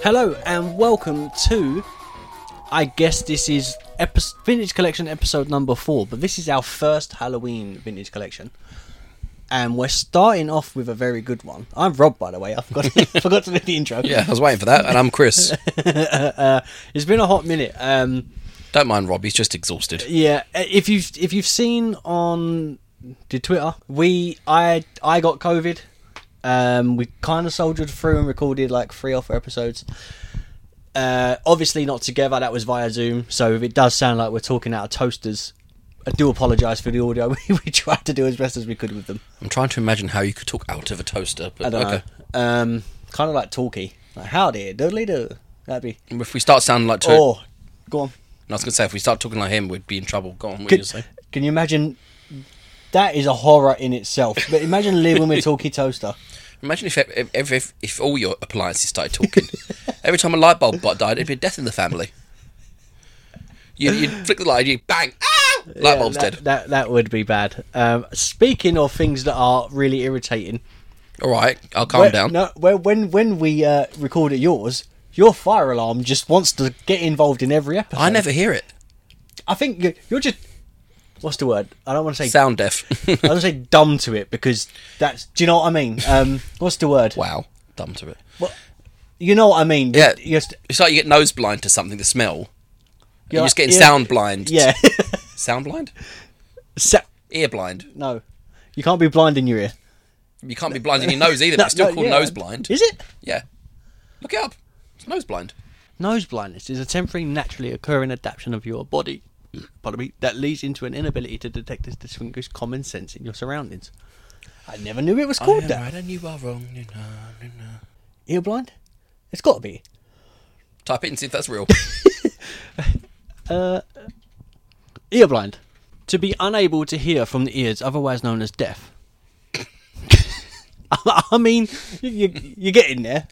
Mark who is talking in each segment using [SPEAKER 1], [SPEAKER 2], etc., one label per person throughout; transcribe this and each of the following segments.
[SPEAKER 1] Hello and welcome to, I guess this is epis Vintage Collection episode number four, but this is our first Halloween Vintage Collection. And we're starting off with a very good one. I'm Rob, by the way. I forgot forgot to do the intro.
[SPEAKER 2] Yeah, I was waiting for that, and I'm Chris.
[SPEAKER 1] Uh, it's been a hot minute. Um,
[SPEAKER 2] Don't mind Rob; he's just exhausted.
[SPEAKER 1] yeah, uh, if you've if you've seen on the Twitter, we I I got COVID. Um, we kind of soldiered through and recorded like three or four episodes. Uh, obviously not together. That was via Zoom. So if it does sound like we're talking out of toasters, I do apologise for the audio. We, we tried to do as best as we could with them.
[SPEAKER 2] I'm trying to imagine how you could talk out of a toaster, but
[SPEAKER 1] I don't
[SPEAKER 2] okay.
[SPEAKER 1] know. Um, kind of like talky. Like howdy, doodly do. That'd be.
[SPEAKER 2] If we start sounding like, to-
[SPEAKER 1] Oh, go on.
[SPEAKER 2] I was going to say, if we start talking like him, we'd be in trouble. Go on, what
[SPEAKER 1] Could-
[SPEAKER 2] you say?
[SPEAKER 1] Can you imagine? That is a horror in itself. But imagine living with a talkie toaster.
[SPEAKER 2] Imagine if if, if if if all your appliances started talking. Every time a light bulb bu- died, it'd be a death in the family. You you flick the light, you bang, ah, light
[SPEAKER 1] Yeah,
[SPEAKER 2] bulb's
[SPEAKER 1] that,
[SPEAKER 2] dead.
[SPEAKER 1] That that would be bad. Um, speaking of things that are really irritating,
[SPEAKER 2] All right, I'll calm
[SPEAKER 1] where-
[SPEAKER 2] down.
[SPEAKER 1] No, where, when when we uh, record at yours, your fire alarm just wants to get involved in every episode.
[SPEAKER 2] I never hear it.
[SPEAKER 1] I think you- you're just what's the word? I don't want to say.
[SPEAKER 2] Sound deaf.
[SPEAKER 1] I don't say dumb to it because that's. Do you know what I mean? Um, what's the word?
[SPEAKER 2] wow, dumb to it.
[SPEAKER 1] What- you know what I mean?
[SPEAKER 2] Yeah.
[SPEAKER 1] You're, just-
[SPEAKER 2] It's like you get nose blind to something, the smell. You're,
[SPEAKER 1] you're-
[SPEAKER 2] just getting
[SPEAKER 1] you're-
[SPEAKER 2] sound blind.
[SPEAKER 1] Yeah.
[SPEAKER 2] Sound blind?
[SPEAKER 1] Sa-
[SPEAKER 2] Ear blind.
[SPEAKER 1] no, you can't be blind in your ear.
[SPEAKER 2] You can't be blind in your nose either. but
[SPEAKER 1] No,
[SPEAKER 2] it's still
[SPEAKER 1] no,
[SPEAKER 2] called
[SPEAKER 1] yeah.
[SPEAKER 2] nose blind.
[SPEAKER 1] Is it?
[SPEAKER 2] Yeah. Look it up. It's nose blind.
[SPEAKER 1] Nose blindness is a temporary, naturally occurring adaptation of your body, pardon me, that leads into an inability to detect and distinguish common sense in your surroundings. I never knew it was called that.
[SPEAKER 2] and you are wrong.
[SPEAKER 1] Ear blind? It's got to be.
[SPEAKER 2] Type it and see if that's real.
[SPEAKER 1] Ear blind. To be unable to hear from the ears, otherwise known as deaf. I mean, you, you, you're getting there.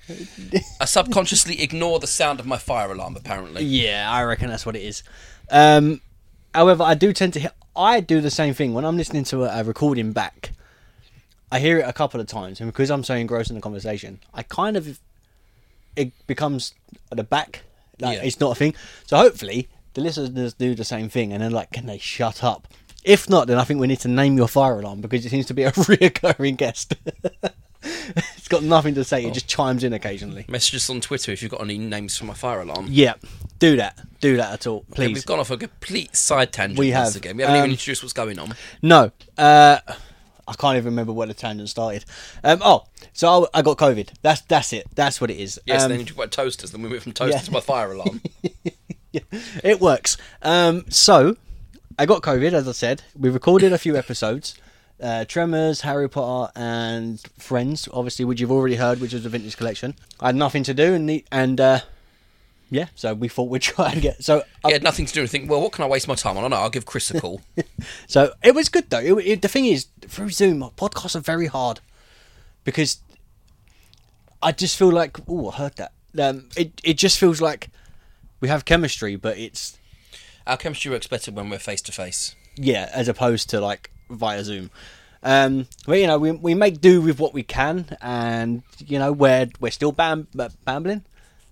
[SPEAKER 2] I subconsciously ignore the sound of my fire alarm, apparently.
[SPEAKER 1] Yeah, I reckon that's what it is. Um, however, I do tend to hear. I do the same thing when I'm listening to a, a recording back. I hear it a couple of times, and because I'm so engrossed in the conversation, I kind of it becomes at the back. Like
[SPEAKER 2] Yeah.
[SPEAKER 1] it's not a thing. So hopefully the listeners do the same thing, and then like, can they shut up? If not, then I think we need to name your fire alarm because it seems to be a reoccurring guest. it's got nothing to
[SPEAKER 2] Oh.
[SPEAKER 1] say; it just chimes in occasionally.
[SPEAKER 2] Message us on Twitter if you've got any names for my fire alarm.
[SPEAKER 1] Yeah, do that. Do that at all,
[SPEAKER 2] Okay,
[SPEAKER 1] please.
[SPEAKER 2] We've gone off a complete side tangent
[SPEAKER 1] We
[SPEAKER 2] once
[SPEAKER 1] have.
[SPEAKER 2] again. We haven't
[SPEAKER 1] Um,
[SPEAKER 2] even introduced what's going on.
[SPEAKER 1] No, uh, I can't even remember where the tangent started. Um, oh, so I, I got COVID. That's that's it. That's what it is.
[SPEAKER 2] Yes,
[SPEAKER 1] Um,
[SPEAKER 2] then you talk about toasters, then we went from toasters
[SPEAKER 1] yeah.
[SPEAKER 2] to my fire alarm.
[SPEAKER 1] it works. Um, so I got COVID, as I said. We recorded a few episodes. Uh, Tremors, Harry Potter, and Friends, obviously, which you've already heard, which was the vintage collection. I had nothing to do, and the, and uh, yeah, so we thought we'd try and get. So I-
[SPEAKER 2] He had nothing to do and think, well, what can I waste my time on? I don't know, I'll give Chris a call.
[SPEAKER 1] So it was good though. It, it- the thing is, through Zoom, podcasts are very hard because I just feel like, oh, I heard that. Um, it it just feels like we have chemistry, but it's
[SPEAKER 2] Our chemistry works better when we're face to face.
[SPEAKER 1] yeah, as opposed to like via Zoom. Um, but you know, we we make do with what we can, and you know, we're we're still bam, ba- bambling,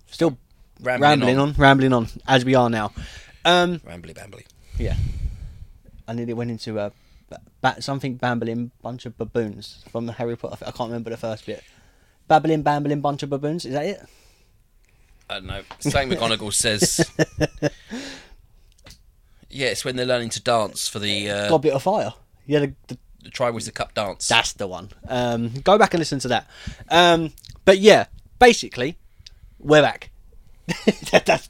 [SPEAKER 1] still
[SPEAKER 2] Rambling
[SPEAKER 1] rambling
[SPEAKER 2] on.
[SPEAKER 1] on, rambling on as we are now. Um,
[SPEAKER 2] Rambly bambly.
[SPEAKER 1] Yeah. I nearly went into a ba- ba- something bambling bunch of baboons from the Harry Potter. I can't remember the first bit. Babbling, bambling bunch of baboons. Is that it?
[SPEAKER 2] I don't know. Sam McGonagall says. Yeah, it's when they're learning to dance for the uh,
[SPEAKER 1] Goblet of Fire. Yeah, the, the,
[SPEAKER 2] the Try Wizard Cup dance.
[SPEAKER 1] that's the one. Um, go back and listen to that. Um, but yeah, basically, we're back. that, that's,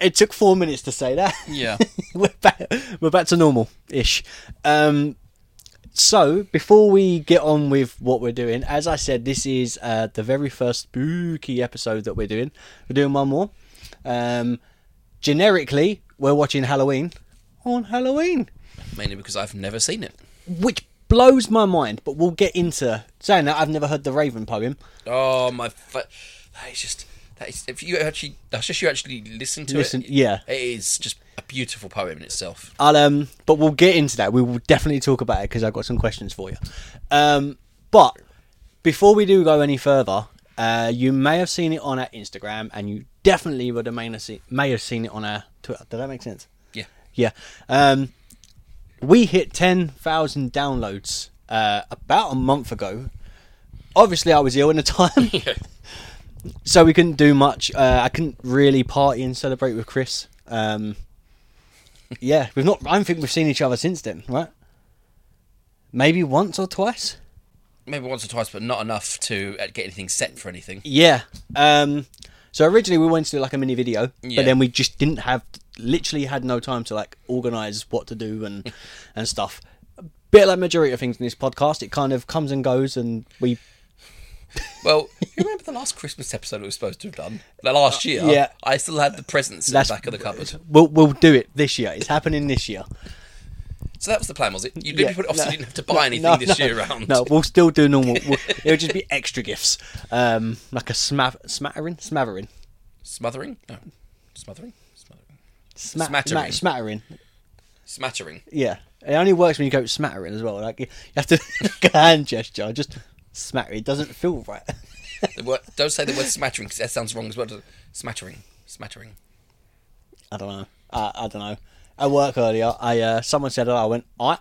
[SPEAKER 1] it took four minutes to say that.
[SPEAKER 2] Yeah.
[SPEAKER 1] we're back. We're back to normal ish. Um, so before we get on with what we're doing, as I said, this is uh, the very first spooky episode that we're doing. We're doing one more. Um, generically, we're watching Halloween on Halloween,
[SPEAKER 2] Mainly because I've never seen it.
[SPEAKER 1] which blows my mind. But we'll get into saying that I've never heard the Raven poem.
[SPEAKER 2] Oh my! Fa- that is just that is. If you actually, that's just you actually listen to
[SPEAKER 1] Listen-
[SPEAKER 2] it.
[SPEAKER 1] yeah.
[SPEAKER 2] It is just a beautiful poem in itself.
[SPEAKER 1] I'll um, but we'll get into that. We will definitely talk about it because I've got some questions for you. Um, but before we do go any further, Uh, you may have seen it on our Instagram, and you definitely would have may have, see, may have seen it on our Twitter. Did that make sense?
[SPEAKER 2] Yeah.
[SPEAKER 1] Yeah. Um, we hit 10,000 downloads uh, about a month ago. Obviously, I was ill in the time, so we couldn't do much. Uh, I couldn't really party and celebrate with Chris. Um, yeah, we've not. I don't think we've seen each other since then, right? Maybe once or twice.
[SPEAKER 2] Maybe once or twice, but not enough to uh, get anything set for anything.
[SPEAKER 1] Yeah. Um, so originally we wanted to do like a mini video,
[SPEAKER 2] Yeah.
[SPEAKER 1] but then we just didn't have, literally had no time to like organize what to do and and stuff. A bit like majority of things in this podcast, it kind of comes and goes, and we
[SPEAKER 2] Well, you remember the last Christmas episode we were supposed to have done? The last year?
[SPEAKER 1] Uh, yeah.
[SPEAKER 2] I still had the presents in the
[SPEAKER 1] That's-
[SPEAKER 2] back of the cupboard.
[SPEAKER 1] we'll we'll do it this year. It's happening this year.
[SPEAKER 2] So that was the plan, was it? You literally
[SPEAKER 1] Yeah,
[SPEAKER 2] put it off so
[SPEAKER 1] no,
[SPEAKER 2] you didn't have to buy anything
[SPEAKER 1] no,
[SPEAKER 2] this
[SPEAKER 1] no,
[SPEAKER 2] year round.
[SPEAKER 1] No, we'll still do normal. We'll, it'll just be extra gifts, um, like a sma- smattering, smattering,
[SPEAKER 2] Smothering? No. Smothering? Smothering.
[SPEAKER 1] Sma-
[SPEAKER 2] Smattering.
[SPEAKER 1] ma- smattering.
[SPEAKER 2] Smattering.
[SPEAKER 1] Yeah, it only works when you go smattering as well. Like you have to like a hand gesture, just smatter. It doesn't feel right.
[SPEAKER 2] The word, don't say the word smattering because that sounds wrong as well. doesn't it? Smattering. Smattering.
[SPEAKER 1] I don't know. I, I don't know. At work earlier, I uh, someone said, "Oh," I went, "I,"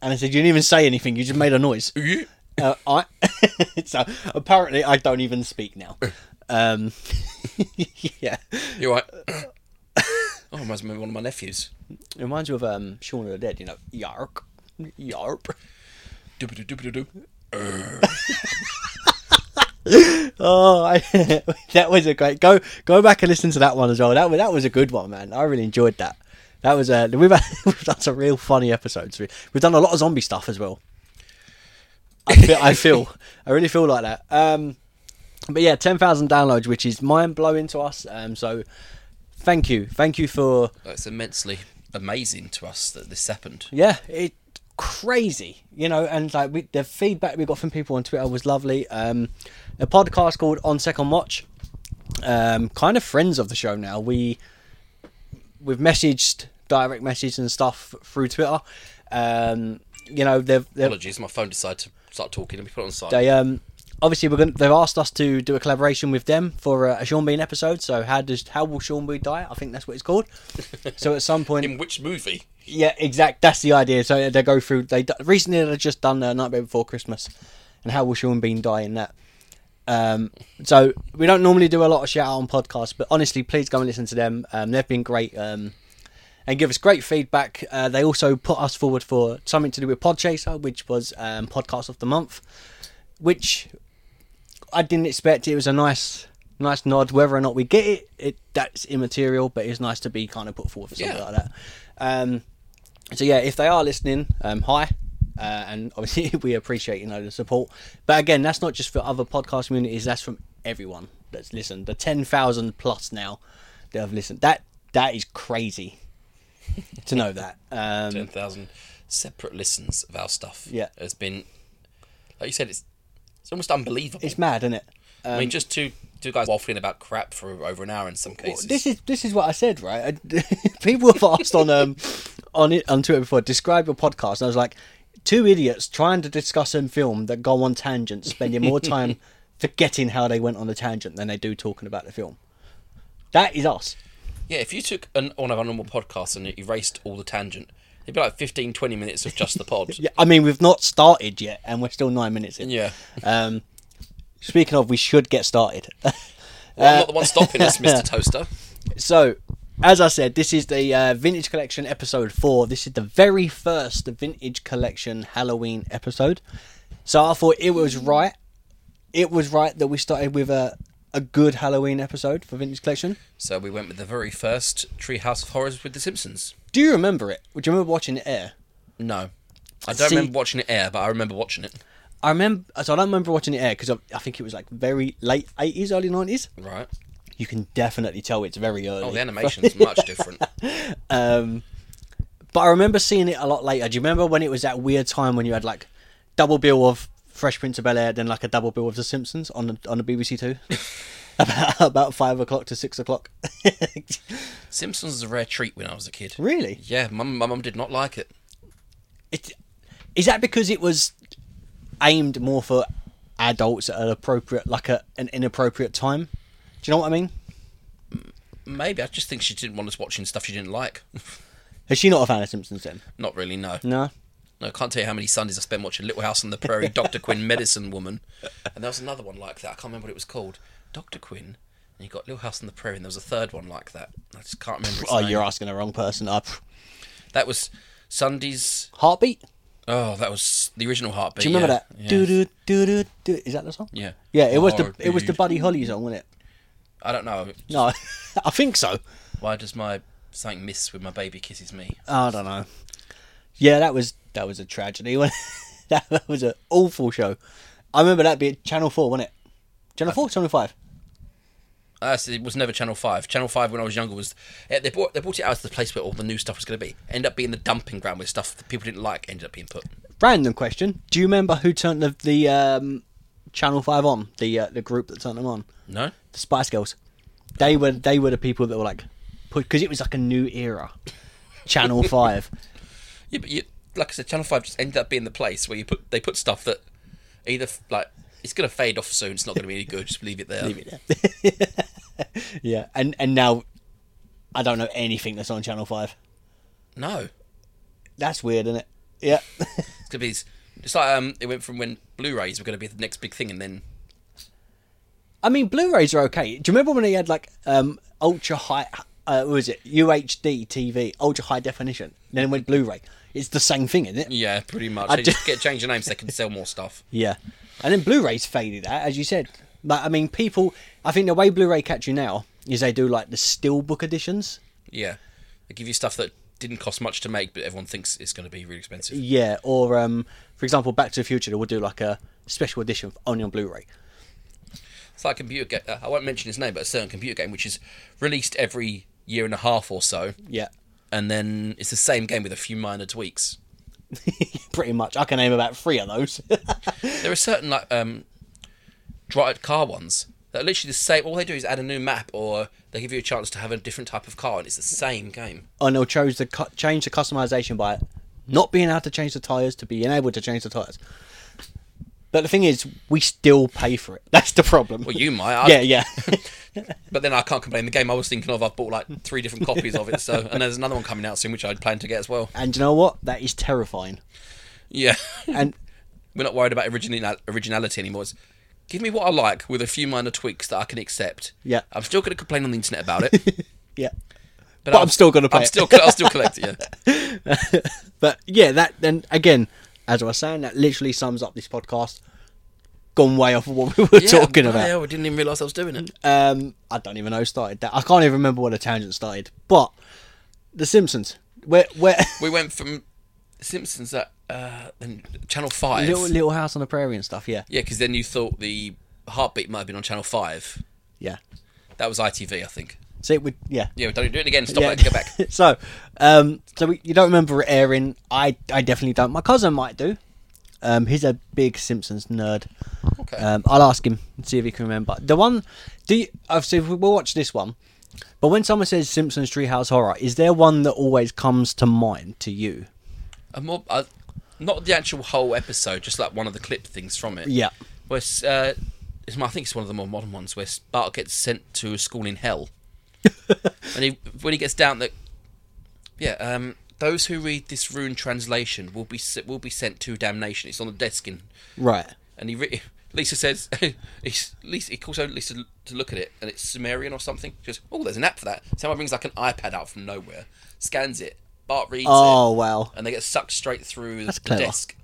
[SPEAKER 1] and I said, "You didn't even say anything. You just made a noise."
[SPEAKER 2] You-
[SPEAKER 1] uh, I. so apparently, I don't even speak now. Um, yeah,
[SPEAKER 2] You're right. oh, reminds me of one of my nephews.
[SPEAKER 1] reminds you of um, Shaun of the Dead. You know, yarp, yarp.
[SPEAKER 2] Doobity-doobity-doo.
[SPEAKER 1] Oh, I, that was a great go. Go back and listen to that one as well. That was that was a good one, man. I really enjoyed that. That was a we've, had, we've done some real funny episodes. We, we've done a lot of zombie stuff as well. I feel, I feel, I really feel like that. Um, but yeah, ten thousand downloads, which is mind blowing to us. Um, so thank you, thank you for
[SPEAKER 2] It's immensely amazing to us that this happened.
[SPEAKER 1] yeah, it crazy, you know, and like we, the feedback we got from people on Twitter was lovely. Um, a podcast called On Second Watch, um, kind of friends of the show now. We we've messaged direct message and stuff through Twitter. Um, you know, they've, they've
[SPEAKER 2] Apologies, my phone decided to start talking and we put it on silent.
[SPEAKER 1] they um obviously we're going to they've asked us to do a collaboration with them for a, a Sean Bean episode. So how does how will Sean Bean die? I think that's what it's called. so at some point
[SPEAKER 2] In which movie?
[SPEAKER 1] yeah, exact. That's the idea. So they go through. They d- recently they just done uh, Nightmare Before Christmas, and how will Sean Bean die in that? Um, so we don't normally do a lot of shout out on podcasts, but honestly, please go and listen to them. Um, they've been great um, and give us great feedback. Uh, they also put us forward for something to do with Podchaser, which was um, podcast of the month, which I didn't expect. It was a nice. Nice nod. Whether or not we get it, it that's immaterial, but it's nice to be kind of put forward for something
[SPEAKER 2] Yeah.
[SPEAKER 1] like that. Um, so yeah, if they are listening, um, hi, uh, and obviously we appreciate you know the support. But again, that's not just for other podcast communities; that's from everyone that's listened. The ten thousand plus now that have listened. That that is crazy to know that. Um,
[SPEAKER 2] 10,000 separate listens of our stuff.
[SPEAKER 1] Yeah.
[SPEAKER 2] It's been, like you said, it's it's almost unbelievable.
[SPEAKER 1] it's mad, isn't it?
[SPEAKER 2] I
[SPEAKER 1] Um,
[SPEAKER 2] mean, just two two guys waffling about crap for over an hour in some cases.
[SPEAKER 1] This is this is what I said, right? I- People have asked on um on it on Twitter before. Describe your podcast, and I was like, two idiots trying to discuss a film that go on tangents, spending more time forgetting how they went on a tangent than they do talking about the film. That is us.
[SPEAKER 2] yeah, if you took an, one of our normal podcasts and erased all the tangent, it'd be like 15, 20 minutes of just the pod.
[SPEAKER 1] Yeah, I mean, we've not started yet, and we're still nine minutes in.
[SPEAKER 2] Yeah.
[SPEAKER 1] Um, speaking of, we should get started. Uh,
[SPEAKER 2] Well, I'm not the one stopping us, Mr. Toaster.
[SPEAKER 1] So, as I said, this is the uh, Vintage Collection episode four. This is the very first Vintage Collection Halloween episode. So I thought it was right. It was right that we started with a a good Halloween episode for Vintage Collection.
[SPEAKER 2] So we went with the very first Treehouse of Horrors with The Simpsons.
[SPEAKER 1] Do you remember it? Do you remember watching it air?
[SPEAKER 2] No. I don't
[SPEAKER 1] See-
[SPEAKER 2] remember watching it air, but I remember watching it.
[SPEAKER 1] I remember. So I don't remember watching it air because I, I think it was like very late eighties, early nineties.
[SPEAKER 2] Right.
[SPEAKER 1] You can definitely tell it's very early.
[SPEAKER 2] Oh, the animation's much different.
[SPEAKER 1] Um, but I remember seeing it a lot later. Do you remember when it was that weird time when you had like double bill of Fresh Prince of Bel Air, then like a double bill of The Simpsons on the, on the BBC Two, about about five o'clock to six o'clock.
[SPEAKER 2] Simpsons was a rare treat when I was a kid.
[SPEAKER 1] really?
[SPEAKER 2] Yeah, my, my mum did not like it.
[SPEAKER 1] It, is that because it was aimed more for adults at an appropriate, like a, an inappropriate time. Do you know what I mean?
[SPEAKER 2] Maybe I just think she didn't want us watching stuff she didn't like.
[SPEAKER 1] Is she not a fan of Simpsons then?
[SPEAKER 2] Not really, no.
[SPEAKER 1] No.
[SPEAKER 2] No, I can't tell you how many Sundays I spent watching Little House on the Prairie, Doctor Quinn, Medicine Woman, and there was another one like that. I can't remember what it was called. Doctor Quinn, and you got Little House on the Prairie, and there was a third one like that. I just can't remember. Its
[SPEAKER 1] Oh,
[SPEAKER 2] name.
[SPEAKER 1] you're asking the wrong person. Uh, Up.
[SPEAKER 2] That was Sundays.
[SPEAKER 1] Heartbeat.
[SPEAKER 2] Oh, that was the original heartbeat.
[SPEAKER 1] Do you remember
[SPEAKER 2] yeah.
[SPEAKER 1] that?
[SPEAKER 2] Yeah.
[SPEAKER 1] Do do do do do. Is that the song?
[SPEAKER 2] Yeah.
[SPEAKER 1] Yeah, it was the it was the
[SPEAKER 2] Heartbeat.
[SPEAKER 1] Buddy Holly song, wasn't it?
[SPEAKER 2] I don't know.
[SPEAKER 1] No, I think so.
[SPEAKER 2] Why does my something miss when my baby kisses me?
[SPEAKER 1] I don't know. Yeah, that was that was a tragedy. When that, that was an awful show. I remember that being Channel Four, wasn't it? Channel Four, Channel Five.
[SPEAKER 2] Uh, so it was never Channel Five. Channel Five, when I was younger, was eh, they brought they brought it out to the place where all the new stuff was going to be. Ended up being the dumping ground where stuff that people didn't like ended up being put.
[SPEAKER 1] Random question: Do you remember who turned the the um, Channel Five on? The uh, the group that turned them on,
[SPEAKER 2] No,
[SPEAKER 1] the Spice Girls. They were they were the people that were like, because it was like a new era. Channel Five.
[SPEAKER 2] yeah, but you, like I said, Channel Five just ended up being the place where you put they put stuff that either f- like it's going to fade off soon. It's not going to be any good. Just leave it there. Leave it there.
[SPEAKER 1] yeah, and and now I don't know anything that's on Channel Five.
[SPEAKER 2] No,
[SPEAKER 1] That's weird, isn't it? Yeah.
[SPEAKER 2] it's going to be s- it's like um it went from when Blu-rays were going to be the next big thing, and then
[SPEAKER 1] I mean, Blu-rays are okay. Do you remember when they had like um, ultra high? Uh, what was it UHD TV, ultra high definition? And then it went Blu-ray. It's the same thing, isn't it?
[SPEAKER 2] yeah, pretty much
[SPEAKER 1] I
[SPEAKER 2] they
[SPEAKER 1] ju-
[SPEAKER 2] just get change the name so they can sell more stuff.
[SPEAKER 1] Yeah. And then Blu-rays faded out, as you said. Like, I mean, people. I think the way Blu-ray catch you now is they do like the steelbook editions.
[SPEAKER 2] Yeah, they give you stuff that didn't cost much to make, but everyone thinks it's going to be really expensive.
[SPEAKER 1] Yeah, or um, for example, Back to the Future, they will do like a special edition only on Blu-ray.
[SPEAKER 2] It's like a computer game. I won't mention his name, but a certain computer game which is released every year and a half or so,
[SPEAKER 1] Yeah,
[SPEAKER 2] and then it's the same game with a few minor tweaks.
[SPEAKER 1] pretty much. I can name about three of those.
[SPEAKER 2] There are certain like um, dried car ones that are literally the same. All they do is add a new map, or they give you a chance to have a different type of car, and it's the same game.
[SPEAKER 1] and they'll chose the cu- change the customization by not being able to change the tires to being able to change the tires. But the thing is, we still pay for it. That's the problem.
[SPEAKER 2] Well, you might, I,
[SPEAKER 1] yeah, yeah,
[SPEAKER 2] But then I can't complain. The game I was thinking of, I've bought like three different copies of it. So, and there's another one coming out soon, which I plan to get as well.
[SPEAKER 1] and you know what? That is terrifying.
[SPEAKER 2] Yeah,
[SPEAKER 1] And
[SPEAKER 2] we're not worried about original originality anymore. It's, give me what I like with a few minor tweaks that I can accept.
[SPEAKER 1] Yeah.
[SPEAKER 2] I'm still going to complain on the internet about it, but,
[SPEAKER 1] yeah, But I'm still gonna pay
[SPEAKER 2] I'm
[SPEAKER 1] it.
[SPEAKER 2] still, I'll still collect it. Yeah.
[SPEAKER 1] but yeah, that then again, as I was saying, that literally sums up this podcast. Gone way off of what we were talking about.
[SPEAKER 2] Yeah, uh, I didn't even realise I was doing it.
[SPEAKER 1] Um, I don't even know who started that. I can't even remember where the tangent started. But The Simpsons. Where where
[SPEAKER 2] We went from Simpsons at uh, then Channel Five.
[SPEAKER 1] little Little House on the Prairie and stuff. Yeah,
[SPEAKER 2] Yeah, because then you thought the heartbeat might have been on Channel Five.
[SPEAKER 1] yeah.
[SPEAKER 2] That was ITV, I think.
[SPEAKER 1] So it would yeah.
[SPEAKER 2] Yeah, don't do it again. Stop
[SPEAKER 1] yeah.
[SPEAKER 2] that. Go back.
[SPEAKER 1] so, um, so we, you don't remember it airing? I, I definitely don't. My cousin might do. Um, he's a big Simpsons nerd.
[SPEAKER 2] Okay.
[SPEAKER 1] Um, I'll ask him and see if he can remember. The one, do you, obviously we- we'll watch this one. But when someone says Simpsons Treehouse Horror, is there one that always comes to mind to you?
[SPEAKER 2] A more, uh, not the actual whole episode, just like one of the clip things from it.
[SPEAKER 1] Yeah.
[SPEAKER 2] Where s- uh, it's, my- I think it's one of the more modern ones where Bart gets sent to a school in hell, and he when he gets down that, yeah. Um, those who read this ruined translation will be se- will be sent to damnation. It's on the desk in,
[SPEAKER 1] Right.
[SPEAKER 2] and he re- Lisa says he's, Lisa, he calls over Lisa l- to look at it, and it's Sumerian or something. She goes, "Oh, there's an app for that." Someone brings like an iPad out from nowhere, scans it. Bart reads it
[SPEAKER 1] Oh wow.
[SPEAKER 2] and they get sucked straight through
[SPEAKER 1] That's
[SPEAKER 2] the
[SPEAKER 1] clever.
[SPEAKER 2] desk.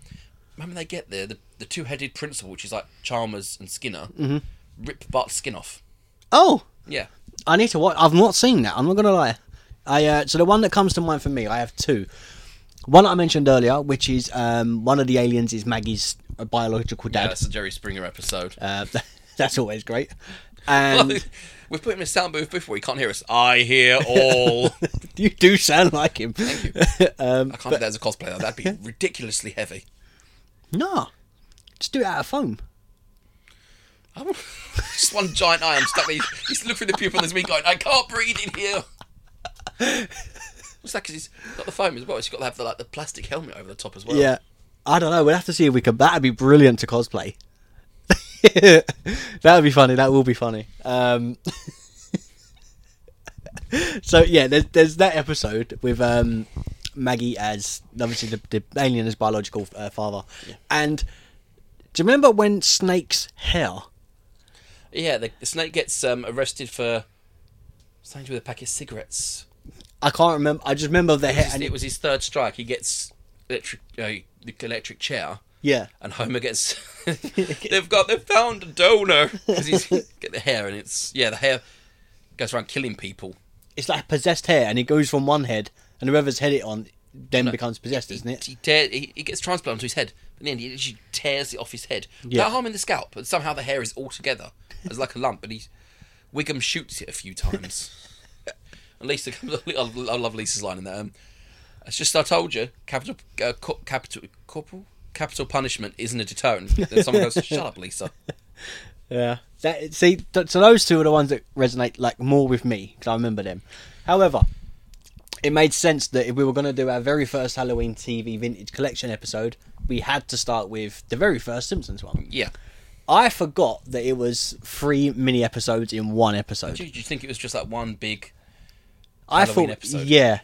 [SPEAKER 2] Remember they get there, the, the two-headed principal, which is like Chalmers and Skinner,
[SPEAKER 1] Mm-hmm.
[SPEAKER 2] rip Bart's skin off.
[SPEAKER 1] Oh,
[SPEAKER 2] Yeah,
[SPEAKER 1] I need to watch. I've not seen that. I'm not gonna lie. I uh, so the one that comes to mind for me, I have two. One I mentioned earlier, which is um, one of the aliens is Maggie's uh, biological
[SPEAKER 2] Yeah,
[SPEAKER 1] dad.
[SPEAKER 2] that's a Jerry Springer episode.
[SPEAKER 1] Uh, that's always great. And
[SPEAKER 2] We've put him in a sound booth before. He can't hear us. I hear all.
[SPEAKER 1] you do sound like him.
[SPEAKER 2] I can't do that as a cosplayer. though. That'd be ridiculously heavy.
[SPEAKER 1] No, just do it out of foam.
[SPEAKER 2] I'm- Just one giant eye. I'm stuck there. He's- He's looking through the pupil on his me going, I can't breathe in here. What's that? Because he's got the foam as well. He's got to have the, like, the plastic helmet over the top as well.
[SPEAKER 1] Yeah, I don't know. We'll have to see if we can. That'd be brilliant to cosplay. that would be funny. That will be funny. Um, so yeah, there's, there's that episode with um, Maggie as obviously the, the alien as biological uh, father, and do you remember when Snake's hair?
[SPEAKER 2] Yeah, the, the snake gets um, arrested for something to do with a packet of cigarettes.
[SPEAKER 1] I can't remember. I just remember the
[SPEAKER 2] It was
[SPEAKER 1] hair.
[SPEAKER 2] his-
[SPEAKER 1] And
[SPEAKER 2] it was his third strike. He gets electric, uh, the electric chair,
[SPEAKER 1] yeah,
[SPEAKER 2] and Homer gets. they've got they've found a donor because he's get the hair, and it's yeah the hair goes around killing people.
[SPEAKER 1] it's like possessed hair, and it goes from one head, and whoever's head it on then becomes possessed, isn't it?
[SPEAKER 2] He, tear, he, he gets transplanted onto his head. In the end, he actually tears it off his head.
[SPEAKER 1] Yeah.
[SPEAKER 2] Without harming the scalp, but somehow the hair is all together as like a lump, and he Wiggum shoots it a few times. and Lisa, I love Lisa's line in that. Um, it's just I told you, capital, uh, co- capital, corporal, capital punishment isn't a deterrent. Then someone goes, "Shut up, Lisa."
[SPEAKER 1] Yeah. That, see, th- so those two are the ones that resonate like more with me because I remember them. However, it made sense that if we were going to do our very first Halloween TV vintage collection episode, we had to start with the very first Simpsons one.
[SPEAKER 2] Yeah.
[SPEAKER 1] I forgot that it was three mini episodes in one episode.
[SPEAKER 2] Do you, do you think it was just like one big?
[SPEAKER 1] I
[SPEAKER 2] Halloween
[SPEAKER 1] thought,
[SPEAKER 2] episode?
[SPEAKER 1] yeah,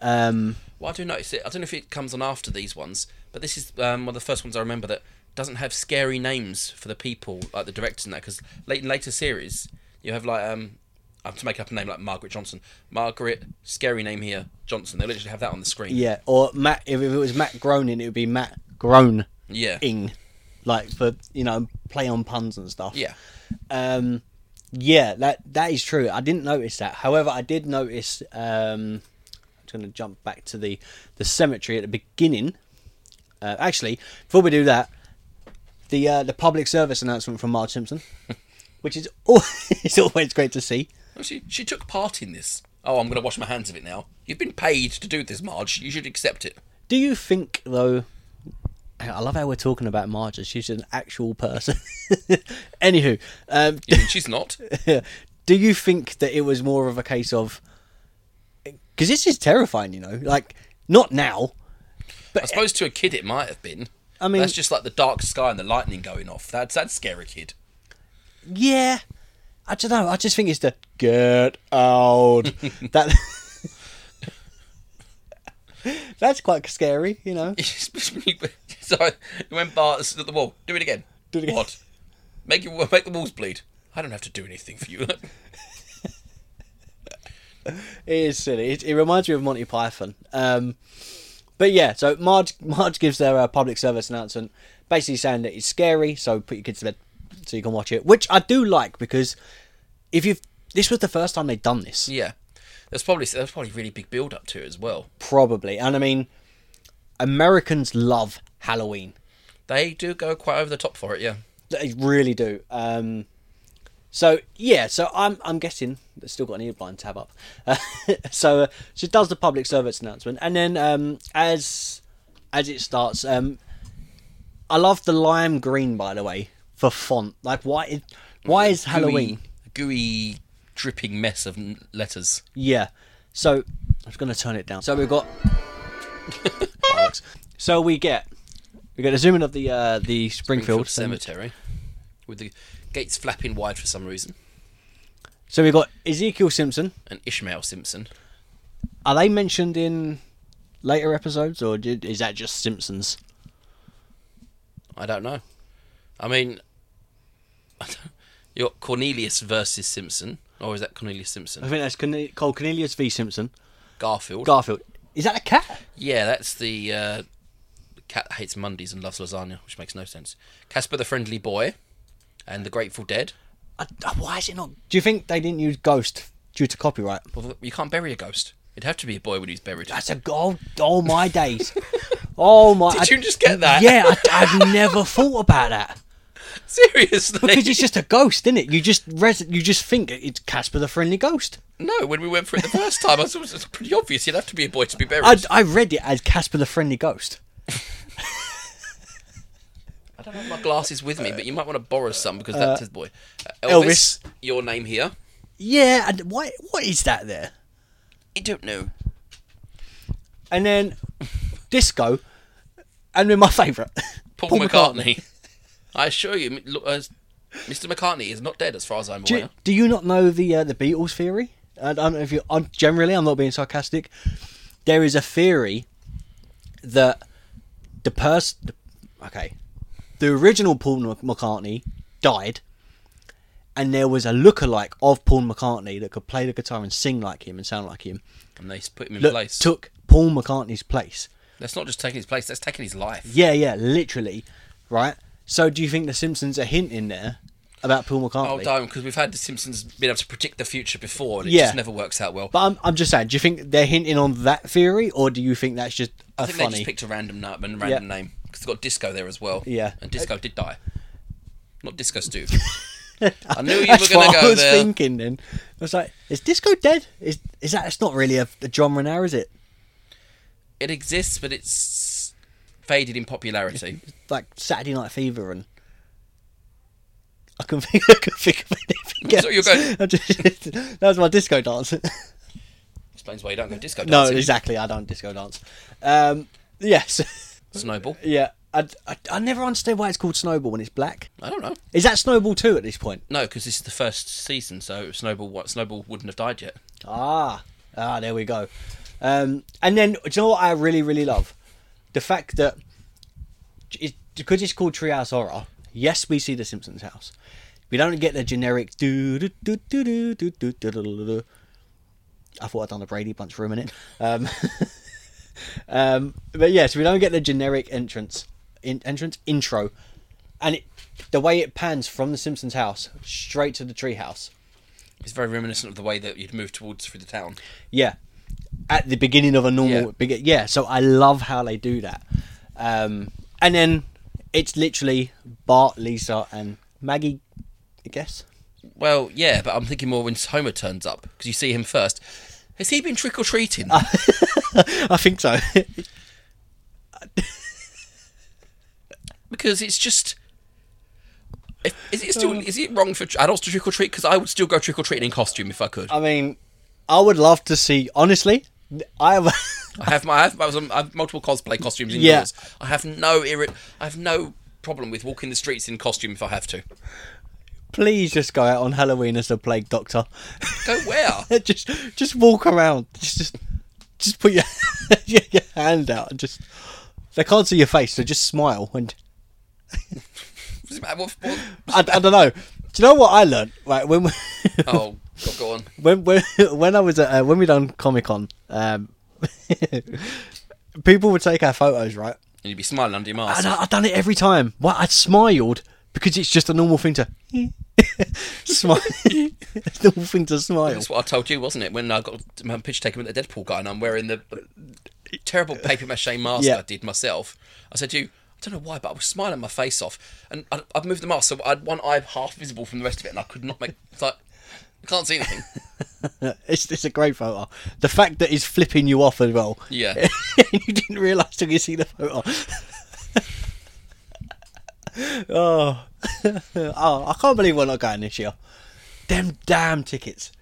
[SPEAKER 1] um,
[SPEAKER 2] Well, I do notice it. I don't know if it comes on after these ones, but this is um, one of the first ones I remember that doesn't have scary names for the people, like the directors and that. Because late in later series, you have like um, I'm to make up a name like Margaret Johnson, Margaret, scary name here, Johnson. They literally have that on the screen.
[SPEAKER 1] yeah. Or Matt, if, if it was Matt Groening, it would be Matt Groening,
[SPEAKER 2] Yeah.
[SPEAKER 1] like for you know play on puns and stuff.
[SPEAKER 2] Yeah.
[SPEAKER 1] Um, yeah, that that is true. I didn't notice that. However, I did notice. Um, I'm going to jump back to the the cemetery at the beginning. Uh, actually, before we do that, the uh, the public service announcement from Marge Simpson, which is al it's always great to see.
[SPEAKER 2] Well, She she took part in this. Oh, I'm going to wash my hands of it now. You've been paid to do this, Marge. You should accept it.
[SPEAKER 1] Do you think though? I love how we're talking about Marge. as She's an actual person. Anywho, um,
[SPEAKER 2] You mean she's not.
[SPEAKER 1] do you think that it was more of a case of because this is terrifying you know like not now
[SPEAKER 2] I suppose to a kid it might have been.
[SPEAKER 1] I mean-
[SPEAKER 2] that's just like the dark sky and the lightning going off. That's that's scary, kid.
[SPEAKER 1] yeah i don't know i just think it's the get out that that's quite scary you know
[SPEAKER 2] so when Bart's at the wall, do it again.
[SPEAKER 1] Do it again.
[SPEAKER 2] What? Make you make the walls bleed. I don't have to do anything for you.
[SPEAKER 1] it is silly it, it reminds me of monty python um but yeah so marge marge gives their uh, public service announcement basically saying that it's scary so put your kids to bed so you can watch it which i do like because if you've this was the first time they'd done this
[SPEAKER 2] yeah, there's probably there's probably really big build up to it as well.
[SPEAKER 1] probably. And I mean, Americans love Halloween.
[SPEAKER 2] They do go quite over the top for it. Yeah,
[SPEAKER 1] They really do. Um, so yeah, so I'm I'm guessing they've still got an earblind tab up. Uh, so uh, she does the public service announcement, and then um, as as it starts, um, I love the lime green by the way for font. Like why is why is Halloween?
[SPEAKER 2] gooey, gooey dripping mess of n- letters.
[SPEAKER 1] Yeah. So I'm just gonna turn it down. So we've got. Bollocks. So we get we get a zoom in of the uh, the Springfield,
[SPEAKER 2] Springfield Cemetery, with the gates flapping wide for some reason.
[SPEAKER 1] So we got Ezekiel Simpson.
[SPEAKER 2] And Ishmael Simpson.
[SPEAKER 1] Are they mentioned in later episodes, or did, is that just Simpsons?
[SPEAKER 2] I don't know. I mean, I don't- you got Cornelius versus Simpson, or is that Cornelius
[SPEAKER 1] I
[SPEAKER 2] Simpson?
[SPEAKER 1] think that's Corne- called Cornelius v Simpson.
[SPEAKER 2] Garfield.
[SPEAKER 1] Garfield. Is that a cat?
[SPEAKER 2] yeah, that's the uh, cat that hates Mondays and loves lasagna, which makes no sense. Casper the Friendly Boy, and the Grateful Dead.
[SPEAKER 1] I, I- why is it not? Do you think they didn't use Ghost due to copyright?
[SPEAKER 2] Well, you can't bury a ghost. It'd have to be a boy when he's buried.
[SPEAKER 1] That's a gold. Oh my days. Oh my.
[SPEAKER 2] Did you just get that?
[SPEAKER 1] Yeah, I, I've never thought about that.
[SPEAKER 2] Seriously?
[SPEAKER 1] Because it's just a ghost, isn't it? You just res- you just think it's Casper the Friendly Ghost.
[SPEAKER 2] No, when we went for it the first time, I thought it was pretty obvious. He'd have to be a boy to be buried.
[SPEAKER 1] I, I read it as Casper the Friendly Ghost.
[SPEAKER 2] I don't have my glasses with me, but you might want to borrow some because that's his boy. Uh,
[SPEAKER 1] Elvis.
[SPEAKER 2] Elvis, your name here.
[SPEAKER 1] Yeah, and why? What is that there?
[SPEAKER 2] I don't know.
[SPEAKER 1] And then disco, and then my favourite.
[SPEAKER 2] Paul,
[SPEAKER 1] Paul
[SPEAKER 2] McCartney. I assure you, m- look, uh, Mr. McCartney is not dead, as far as I'm
[SPEAKER 1] Do
[SPEAKER 2] aware.
[SPEAKER 1] you, do you not know the uh, the Beatles theory? I don't know if you. I'm, generally, I'm not being sarcastic. There is a theory that the person, okay, the original Paul Mc- McCartney died, and there was a lookalike of Paul McCartney that could play the guitar and sing like him and sound like him.
[SPEAKER 2] and they put him in
[SPEAKER 1] That
[SPEAKER 2] place.
[SPEAKER 1] took Paul McCartney's place.
[SPEAKER 2] that's not just taking his place; that's taking his life.
[SPEAKER 1] Yeah, yeah, literally, right. So, do you think the Simpsons are hinting there about Paul
[SPEAKER 2] Oh,
[SPEAKER 1] McCartney?
[SPEAKER 2] don't, because we've had the Simpsons being able to predict the future before, and it
[SPEAKER 1] Yeah.
[SPEAKER 2] just never works out well.
[SPEAKER 1] But I'm, I'm just saying, do you think they're hinting on that theory, or do you think that's just a
[SPEAKER 2] I think they
[SPEAKER 1] funny?
[SPEAKER 2] just picked a random name and random name because they've got Disco there as well.
[SPEAKER 1] Yeah.
[SPEAKER 2] and Disco did die. Not Disco Stu. I knew you were
[SPEAKER 1] that's
[SPEAKER 2] going
[SPEAKER 1] what
[SPEAKER 2] to
[SPEAKER 1] I
[SPEAKER 2] go
[SPEAKER 1] was
[SPEAKER 2] there.
[SPEAKER 1] thinking. Then I was like, is disco dead? Is is that? It's not really a, a genre now, is it?
[SPEAKER 2] It exists, but it's faded in popularity.
[SPEAKER 1] Like Saturday Night Fever and. I can think, I can think of anything.
[SPEAKER 2] So
[SPEAKER 1] else.
[SPEAKER 2] you're going-
[SPEAKER 1] I just- that was my disco dance.
[SPEAKER 2] Explains why you don't go disco
[SPEAKER 1] no,
[SPEAKER 2] dancing.
[SPEAKER 1] exactly. I don't disco dance. Um, yes,
[SPEAKER 2] Snowball.
[SPEAKER 1] yeah. I, I, I never understand why it's called Snowball when it's black.
[SPEAKER 2] I don't know.
[SPEAKER 1] Is that Snowball too at this point?
[SPEAKER 2] No, because this is the first season, so Snowball what Snowball wouldn't have died yet.
[SPEAKER 1] Ah, ah, there we go. Um, and then, do you know what I really, really love? The fact that it, because it's called Treehouse Horror. Yes, we see the Simpsons house. We don't get the generic do do do do do do do do do do. do. I thought I'd done the Brady Bunch for a minute. Um, um, but yes, we don't get the generic entrance in, entrance intro, and it, the way it pans from the Simpsons house straight to the treehouse.
[SPEAKER 2] It's very reminiscent of the way that you'd move towards through the town.
[SPEAKER 1] Yeah, at the beginning of a normal
[SPEAKER 2] Yeah.
[SPEAKER 1] yeah. yeah so I love how they do that. Um, and then it's literally Bart, Lisa, and Maggie. I guess.
[SPEAKER 2] Well, yeah, but I'm thinking more when Homer turns up because you see him first. Has he been trick or treating?
[SPEAKER 1] I think so.
[SPEAKER 2] because it's just. If, is it still is it wrong for adults to trick or treat? Because I would still go trick or treating in costume if I could.
[SPEAKER 1] I mean, I would love to see. Honestly, I have.
[SPEAKER 2] I have my I have, I was on- I have multiple cosplay costumes
[SPEAKER 1] Yeah.
[SPEAKER 2] indoors. I have no irri- I have no problem with walking the streets in costume if I have to.
[SPEAKER 1] please just go out on Halloween as the plague doctor.
[SPEAKER 2] Go where?
[SPEAKER 1] just, just walk around. Just, just, just put your your hand out and just. They can't see your face, so just smile and.
[SPEAKER 2] Does it matter what- what-
[SPEAKER 1] I, I don't know. Do you know what I learned? Right when we,
[SPEAKER 2] Oh, God, go on.
[SPEAKER 1] when when when I was at, uh, when we done Comic Con, um, people would take our photos, right?
[SPEAKER 2] And you'd be smiling under your mask.
[SPEAKER 1] And I, I've done it every time. Well, I smiled because it's just a normal thing to smile. It's a normal thing to smile.
[SPEAKER 2] That's what I told you, wasn't it? When I got my picture taken with the Deadpool guy, and I'm wearing the terrible paper mache mask
[SPEAKER 1] Yeah.
[SPEAKER 2] I did myself. I said to you, I don't know why, but I was smiling my face off, and I'd, I'd moved the mask so I had one eye half visible from the rest of it, and I could not make. It's like I can't see anything.
[SPEAKER 1] It's it's a great photo. The fact that it's flipping you off as well.
[SPEAKER 2] Yeah.
[SPEAKER 1] you didn't realise till you see the photo. oh. oh, I can't believe we're not going this year. Them damn tickets.